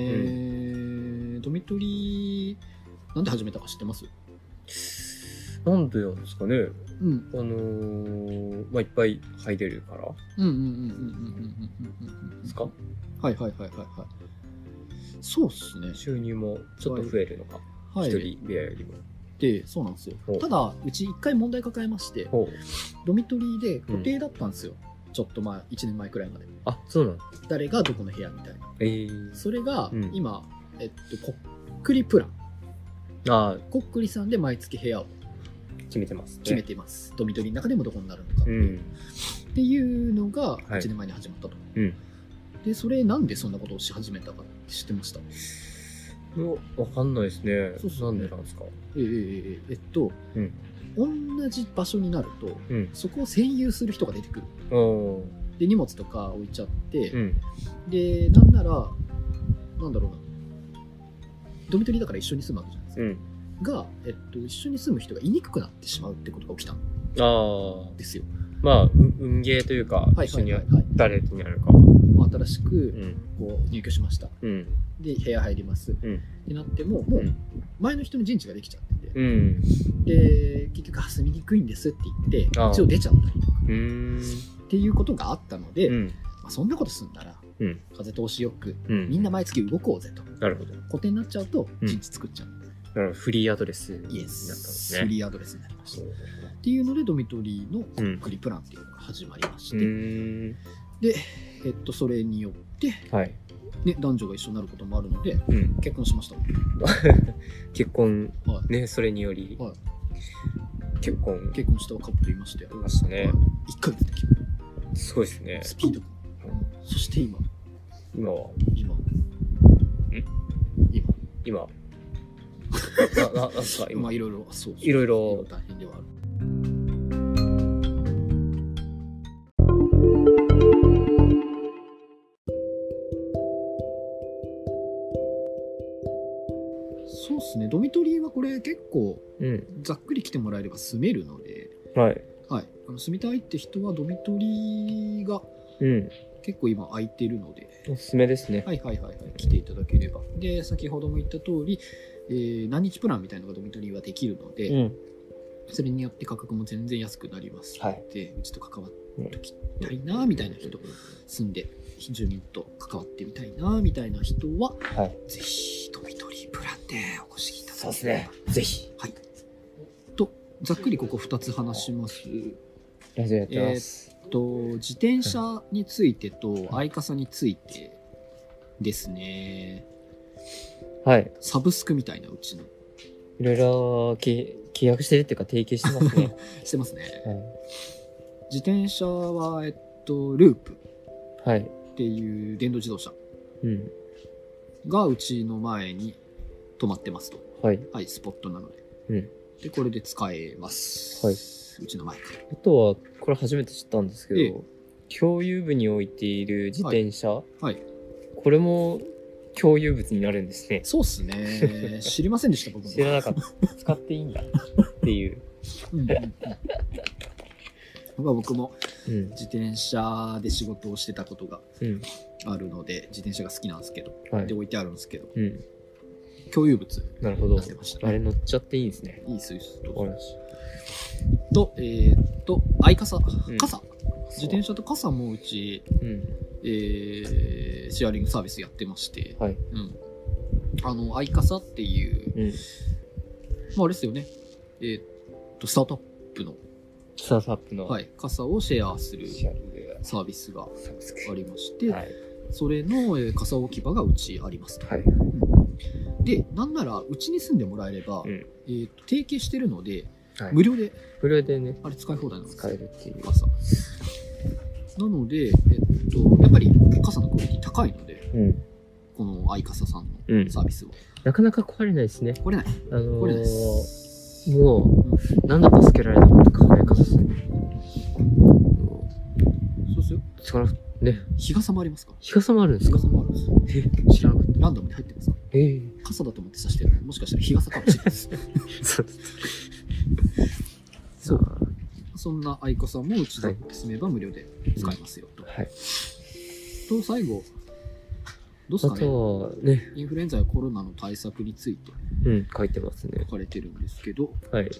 Speaker 1: う
Speaker 2: ドミトリー、なんで始めたか知ってます
Speaker 1: なんでなんですかね。
Speaker 2: うん、
Speaker 1: あのー、まあいっぱい入れるから
Speaker 2: うん、うん、うん、うん、うん、うん、うん。うん
Speaker 1: ですか。
Speaker 2: はいはいはいはいはい。そうっすね。
Speaker 1: 収入もちょっと増えるのか。
Speaker 2: は
Speaker 1: 一、
Speaker 2: い。
Speaker 1: 人部屋よりも。
Speaker 2: で、そうなんですよ
Speaker 1: ほう。
Speaker 2: ただ、うち一回問題抱えまして、
Speaker 1: ほう。
Speaker 2: ドミトリーで固定だったんですよ。ちょっとまあ、1年前くらいまで。
Speaker 1: あ、そうなの。
Speaker 2: 誰がどこの部屋みたいな。
Speaker 1: えー、
Speaker 2: それが
Speaker 1: うん、
Speaker 2: 今、えっと、こっくりプラン。
Speaker 1: あ
Speaker 2: こっくりさんで毎月部屋を
Speaker 1: ー決めてます、ね。
Speaker 2: 決めています。ドミトリーの中でもどこになるのかって
Speaker 1: う。
Speaker 2: いうんっていうのが
Speaker 1: い
Speaker 2: 1年前に始まったと、
Speaker 1: うん
Speaker 2: でそれなんでそんなことをし始めたか知ってました
Speaker 1: うわわかんないですね。
Speaker 2: そうっすね
Speaker 1: なんでなんですか。
Speaker 2: えええええっと、
Speaker 1: うん
Speaker 2: 同じ場所になると
Speaker 1: うん。
Speaker 2: そこを占有する人が出てくる
Speaker 1: おー
Speaker 2: で荷物とか置いちゃって、
Speaker 1: うん。
Speaker 2: でなんならなんだろうなドミトリーだから一緒に住むわけじゃないです
Speaker 1: う
Speaker 2: か、
Speaker 1: ん。
Speaker 2: が、えっと、一緒に住む人がいにくくなってしまうってことが起きたん
Speaker 1: ああ。
Speaker 2: ですよ
Speaker 1: まあ、う運ゲーというか、
Speaker 2: はい
Speaker 1: 一緒
Speaker 2: はい
Speaker 1: に
Speaker 2: は
Speaker 1: や
Speaker 2: い、はい
Speaker 1: 誰とにあるか。
Speaker 2: まあ、新し
Speaker 1: う
Speaker 2: く
Speaker 1: ん。
Speaker 2: こう入居しました
Speaker 1: うん。
Speaker 2: で部屋入ります、
Speaker 1: うん
Speaker 2: ってなってもも
Speaker 1: う
Speaker 2: うん前の人の陣地ができちゃってて、
Speaker 1: うん。
Speaker 2: で結局あ住みにくいんですって言って
Speaker 1: ああ
Speaker 2: 一応出ちゃったりとか
Speaker 1: うーん。
Speaker 2: っていうことがあったので、
Speaker 1: うん。
Speaker 2: まあ、そんなことすんなら、
Speaker 1: うん
Speaker 2: 風通しよく
Speaker 1: うん。
Speaker 2: みんな毎月動こうぜと
Speaker 1: なるほど。だ
Speaker 2: 固定になっちゃうと
Speaker 1: うん
Speaker 2: 陣地作っちゃう、
Speaker 1: からフリーアドレスになったん
Speaker 2: イエ
Speaker 1: で
Speaker 2: ス、
Speaker 1: すね。
Speaker 2: フリーアドレスになりました
Speaker 1: そう
Speaker 2: っていうのでドミトリーの
Speaker 1: うん。
Speaker 2: クリプランっていうのが始まりまし
Speaker 1: う
Speaker 2: て、
Speaker 1: ーん。
Speaker 2: で、えっと、それによって、
Speaker 1: はい。
Speaker 2: ね、男女が一緒になることもあるので
Speaker 1: うん。
Speaker 2: 結婚しました
Speaker 1: 結婚、
Speaker 2: はい
Speaker 1: ね、それにより、
Speaker 2: はい
Speaker 1: 結婚し
Speaker 2: 結婚したカップルいまして、
Speaker 1: ましたね。
Speaker 2: 1ヶ月で結婚
Speaker 1: すごいですね。
Speaker 2: スピードそして今
Speaker 1: 今は、
Speaker 2: 今今
Speaker 1: 今、なななんですか
Speaker 2: ま
Speaker 1: 今
Speaker 2: あいろいろそう
Speaker 1: いろいろ
Speaker 2: 大変ではあるそうですねドミトリーはこれ結構
Speaker 1: うん
Speaker 2: ざっくり来てもらえれば住めるので、
Speaker 1: はい
Speaker 2: はい、あの住みたいって人はドミトリーが
Speaker 1: うん
Speaker 2: 結構今空いてるので
Speaker 1: おすすめですね
Speaker 2: はいはいはいはい、来ていただければ。で、先ほども言った通り、えー何日プランみたいなのがドミトリーはできるので、
Speaker 1: うん
Speaker 2: それによって価格も全然安くなります。
Speaker 1: はい
Speaker 2: で、うちと関わっときたいなみたいな人、住んで、住民と関わってみたいなみたいな人は、
Speaker 1: はい
Speaker 2: ぜひドミトリープランでお越しいただければ
Speaker 1: そうですねぜひ
Speaker 2: はい。と、ざっくりここ2つ話します。
Speaker 1: ラジオやってます、
Speaker 2: と自転車についてと相傘についてですね。
Speaker 1: はい
Speaker 2: サブスクみたいなうちの
Speaker 1: いろいろき契約してるっていうか提携してます ね、
Speaker 2: してますね
Speaker 1: は
Speaker 2: 自転車はえっとループ
Speaker 1: い、はい
Speaker 2: っていう電動自動車
Speaker 1: うん
Speaker 2: がうちの前に止まってますと
Speaker 1: はい
Speaker 2: はいスポットなので、
Speaker 1: うん
Speaker 2: でこれで使えます、
Speaker 1: はいう
Speaker 2: ちの前から
Speaker 1: あとはこれ初めて知ったんですけど、
Speaker 2: ええ
Speaker 1: 共有部に置いている自転車、
Speaker 2: はい
Speaker 1: これも共有物になるんですね
Speaker 2: そうっ すね知りませんでした僕も
Speaker 1: 知らなかった使っていいんだっていう、
Speaker 2: うんうんうんまあ僕も
Speaker 1: うん
Speaker 2: 自転車で仕事をしてたことが
Speaker 1: うん
Speaker 2: あるので自転車が好きなんですけど、
Speaker 1: はい
Speaker 2: で置いてあるんですけど
Speaker 1: うん、
Speaker 2: 共有物
Speaker 1: なるほ
Speaker 2: に
Speaker 1: ど
Speaker 2: なってました、
Speaker 1: あれ乗っちゃっていいんですね
Speaker 2: いいスイスと
Speaker 1: わかりまし
Speaker 2: と、えーっと、相傘、
Speaker 1: ん
Speaker 2: 傘、
Speaker 1: た
Speaker 2: 自転車と傘もうち、
Speaker 1: うん
Speaker 2: えーシェアリングサービスやってまして、
Speaker 1: はい
Speaker 2: うん。あの、相傘っていう、
Speaker 1: うん
Speaker 2: まあ、あれですよね、えーっと、スタートアップの、
Speaker 1: スタートアップの、
Speaker 2: はい、傘をシェアする
Speaker 1: シェアリング
Speaker 2: サービスが
Speaker 1: サブス
Speaker 2: あ
Speaker 1: ク
Speaker 2: りまして、
Speaker 1: はい
Speaker 2: それの、えー傘置き場がうちありますと。
Speaker 1: はい
Speaker 2: うんで、なんなら、うちに住んでもらえれば、
Speaker 1: うん
Speaker 2: えーっと、提携してるので、
Speaker 1: はい
Speaker 2: 無料で、
Speaker 1: これでね
Speaker 2: あれ使い放題なんですよ
Speaker 1: 使えるっていう
Speaker 2: 傘なので、えっと、やっぱり傘のクオリティ高いので
Speaker 1: うん
Speaker 2: この相傘さん
Speaker 1: う
Speaker 2: の
Speaker 1: ん
Speaker 2: サービスを、
Speaker 1: なかなか壊れないですね
Speaker 2: これない
Speaker 1: あのー
Speaker 2: これないです
Speaker 1: も
Speaker 2: うん
Speaker 1: う何度助けられたこと考え方ですねも
Speaker 2: そうする
Speaker 1: う使わなくね
Speaker 2: 日傘もありますか
Speaker 1: 日傘もあるんで
Speaker 2: 日
Speaker 1: すか
Speaker 2: 傘もあるんです
Speaker 1: え知らなかっ
Speaker 2: ランダムに入ってますか
Speaker 1: たええ
Speaker 2: 傘だと思って差してるもしかしたら日傘かもしれないです
Speaker 1: そう
Speaker 2: そ
Speaker 1: そうう
Speaker 2: そんな愛子さんもうちで住めば無料で使えますよと、
Speaker 1: はい
Speaker 2: と最後どうです
Speaker 1: あ
Speaker 2: かね
Speaker 1: とはね
Speaker 2: インフルエンザやコロナの対策について
Speaker 1: うん書いてますね
Speaker 2: 書かれてるんですけど、
Speaker 1: はい
Speaker 2: ま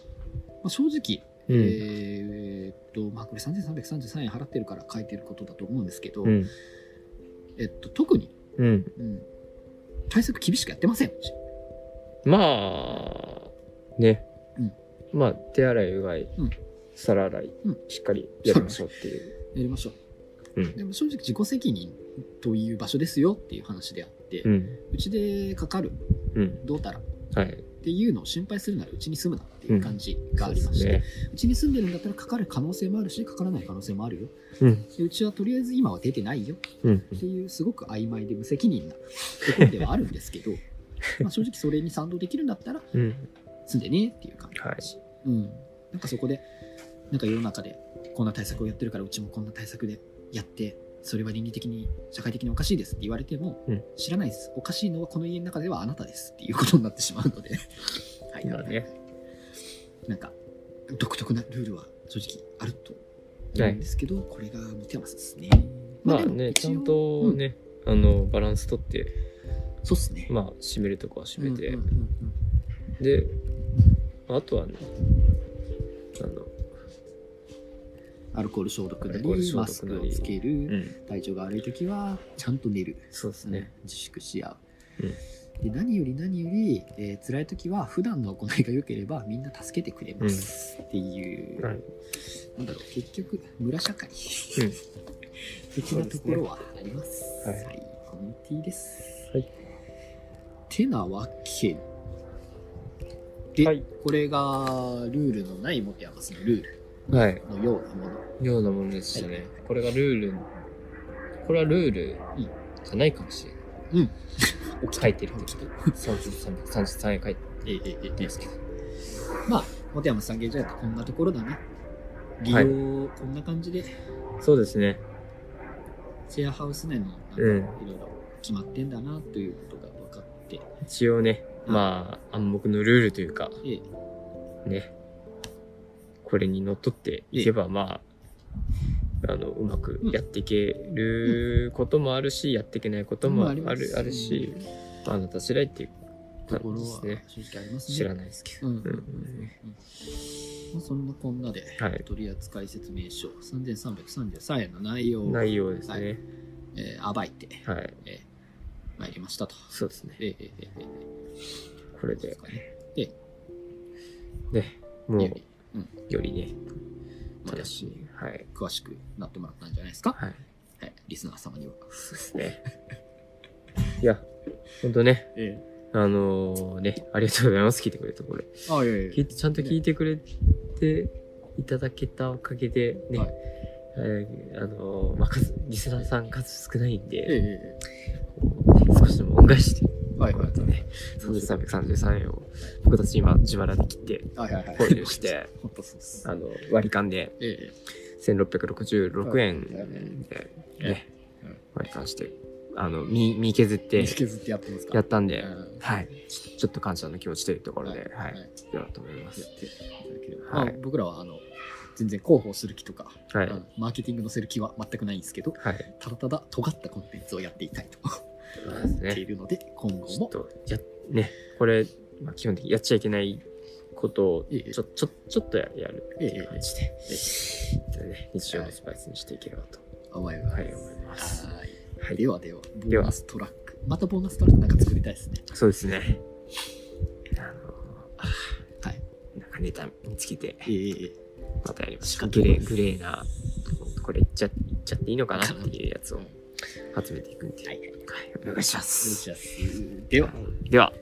Speaker 2: あ、正直
Speaker 1: うん、
Speaker 2: えーっと、まあ、これ3333円払ってるから書いてることだと思うんですけど、
Speaker 1: うん
Speaker 2: えっと、特に、
Speaker 1: うん
Speaker 2: うん、対策厳しくやってません。
Speaker 1: まあね、まあ手洗いうがい、
Speaker 2: うん
Speaker 1: 皿洗い、
Speaker 2: うん
Speaker 1: しっかりやりましょうっていう
Speaker 2: やりましょう。
Speaker 1: うん
Speaker 2: でも正直自己責任という場所ですよっていう話であって、う
Speaker 1: うん
Speaker 2: ちでかかる、
Speaker 1: うん
Speaker 2: どうたらっ
Speaker 1: はい
Speaker 2: ていうのを心配するならうちに住むなっていう感じがありまして、うちに住んでるんだったらかかる可能性もあるし、かからない可能性もあるよ。
Speaker 1: そうですね
Speaker 2: でうちはとりあえず今は出てないよ
Speaker 1: うんうん
Speaker 2: っていうすごく曖昧で無責任なところではあるんですけどまあ正直それに賛同できるんだったら
Speaker 1: うん
Speaker 2: 住んでねっていう感じ、
Speaker 1: はい
Speaker 2: うん、なんかそこでなんか世の中でこんな対策をやってるからうちもこんな対策でやってそれは倫理的に社会的におかしいですって言われても、
Speaker 1: うん
Speaker 2: 知らないですおかしいのはこの家の中ではあなたですっていうことになってしまう のではい
Speaker 1: まあね
Speaker 2: なんか独特なルールは正直あると思うんですけど、これが持てますですね
Speaker 1: まあ
Speaker 2: でも
Speaker 1: ね
Speaker 2: 一
Speaker 1: ち
Speaker 2: 応
Speaker 1: ゃんとね、あのバランス取って
Speaker 2: そうっすね。
Speaker 1: まあ締めるとこは締めて、
Speaker 2: うんうんうんうん
Speaker 1: であとはねあの
Speaker 2: アルコール消毒な
Speaker 1: アルコール
Speaker 2: り、
Speaker 1: 消
Speaker 2: マ
Speaker 1: 毒
Speaker 2: ス
Speaker 1: なり
Speaker 2: クをつける、
Speaker 1: うん
Speaker 2: 体調が悪いときは、ちゃんと寝る、
Speaker 1: そうですね、
Speaker 2: 自粛し合う。で何より何より、えー辛いときは、普段の行いが良ければ、みんな助けてくれます。っていう、
Speaker 1: はい
Speaker 2: なんだろう、結局、村社会、
Speaker 1: ん
Speaker 2: 的なところはあります。
Speaker 1: そう
Speaker 2: は
Speaker 1: ですねはい
Speaker 2: い、コミュニティです。
Speaker 1: はい
Speaker 2: てなわけで、
Speaker 1: はい
Speaker 2: これがルールのない持て合わせのルール
Speaker 1: はい
Speaker 2: のようなもの。
Speaker 1: ようなものでしたね、これがルールこれはルール
Speaker 2: うん
Speaker 1: じゃないかもしれない
Speaker 2: うん。
Speaker 1: 書いてる時
Speaker 2: 起きて
Speaker 1: 3333円書いて
Speaker 2: ええええですけど。まあ、本山さん芸じゃこんなところだね。利用、
Speaker 1: はい
Speaker 2: こんな感じで、
Speaker 1: そうですね。
Speaker 2: シェアハウス内のなんかい
Speaker 1: うん
Speaker 2: ろいろ決まってんだなということが分かって、
Speaker 1: 一応ね、まあ、暗黙のルールというか、
Speaker 2: ええ
Speaker 1: ね、これにのっとっていけば、まあ、あの、うまくやっていけることもあるし、やっていけないこともある、
Speaker 2: ま
Speaker 1: あ
Speaker 2: り
Speaker 1: る
Speaker 2: ます
Speaker 1: し、まあ、あなた次第っていう
Speaker 2: とこ
Speaker 1: 感
Speaker 2: ろ
Speaker 1: じで
Speaker 2: は
Speaker 1: すね。
Speaker 2: 正直ありますね。
Speaker 1: 知らないですけど。
Speaker 2: うんうんうん
Speaker 1: うん
Speaker 2: まあ、そんなこんなで、
Speaker 1: はい
Speaker 2: 取扱説明書3333円の内容を、
Speaker 1: 内容ですね。
Speaker 2: えー暴いて、
Speaker 1: はい。
Speaker 2: えー参りましたと。
Speaker 1: そうですね。
Speaker 2: えええええ
Speaker 1: これ
Speaker 2: えで、
Speaker 1: です
Speaker 2: かね。
Speaker 1: ね、も
Speaker 2: より
Speaker 1: う、よりね、
Speaker 2: まあ
Speaker 1: 正しい。はい。
Speaker 2: 詳しくなってもらったんじゃないですか。
Speaker 1: はい。
Speaker 2: はい、リスナー様には。
Speaker 1: そうですね。いや、ほんとね、
Speaker 2: え
Speaker 1: あのーね、ありがとうございます。聞いてくれたこれ。
Speaker 2: え。あ、いやいや
Speaker 1: 聞いてちゃんと聞いてくれていただけたおかげでね、
Speaker 2: はい
Speaker 1: えーあのーまあ、数リスナーさん数少ないん
Speaker 2: ええ
Speaker 1: で、
Speaker 2: え
Speaker 1: 少しでも恩返しで、
Speaker 2: え。はい
Speaker 1: こ
Speaker 2: は
Speaker 1: う
Speaker 2: い
Speaker 1: やってね、3333円を僕たち今自腹で切って、
Speaker 2: は いはいはい。
Speaker 1: 購入して。
Speaker 2: 本当そうっす。
Speaker 1: あの割り勘で
Speaker 2: えええ
Speaker 1: 1666円で、ね
Speaker 2: うん
Speaker 1: 割り勘してあの身身削っ
Speaker 2: え。
Speaker 1: て
Speaker 2: 見つけずってやってますか。
Speaker 1: やったんで、
Speaker 2: うん
Speaker 1: はい、ちょちょっと感謝の気持ちというところで、はい
Speaker 2: はい
Speaker 1: よかったと思いま
Speaker 2: や
Speaker 1: す。
Speaker 2: っていただければ
Speaker 1: はい
Speaker 2: まあ、僕らはあの全然広報する気とか、
Speaker 1: はい、
Speaker 2: うんマーケティングのせる気は全くないんですけど
Speaker 1: はい、
Speaker 2: ただただ尖ったコンテンツをやっていきたいと
Speaker 1: そうです
Speaker 2: 思っ
Speaker 1: ね
Speaker 2: てい。るので、今後
Speaker 1: ちょっ
Speaker 2: も
Speaker 1: とやねこれ、まあ、基本的にやっちゃいけないことを
Speaker 2: ええ
Speaker 1: ちょちょちょっとやるっていう感じで、ちょっとね、日常のスパイスにしていければと、
Speaker 2: 思います。
Speaker 1: はい、思います。
Speaker 2: はい
Speaker 1: はい、
Speaker 2: ではでは、ボ
Speaker 1: で
Speaker 2: ー
Speaker 1: は
Speaker 2: ナストラック。またボーナストラックなんか作りたいですね。
Speaker 1: そうですね。あのー
Speaker 2: はい
Speaker 1: なんかネタ見つけて、
Speaker 2: ええええ
Speaker 1: またやりましょ
Speaker 2: 仕
Speaker 1: う。
Speaker 2: 掛
Speaker 1: グ
Speaker 2: け
Speaker 1: レ
Speaker 2: ま
Speaker 1: ー、
Speaker 2: す
Speaker 1: グレーな、これいっちゃいっちゃっていいのかなっていうやつを集めていくんで、は
Speaker 2: は
Speaker 1: いい、お願いしま
Speaker 2: よろし
Speaker 1: す。
Speaker 2: くお願いしますでは。
Speaker 1: では。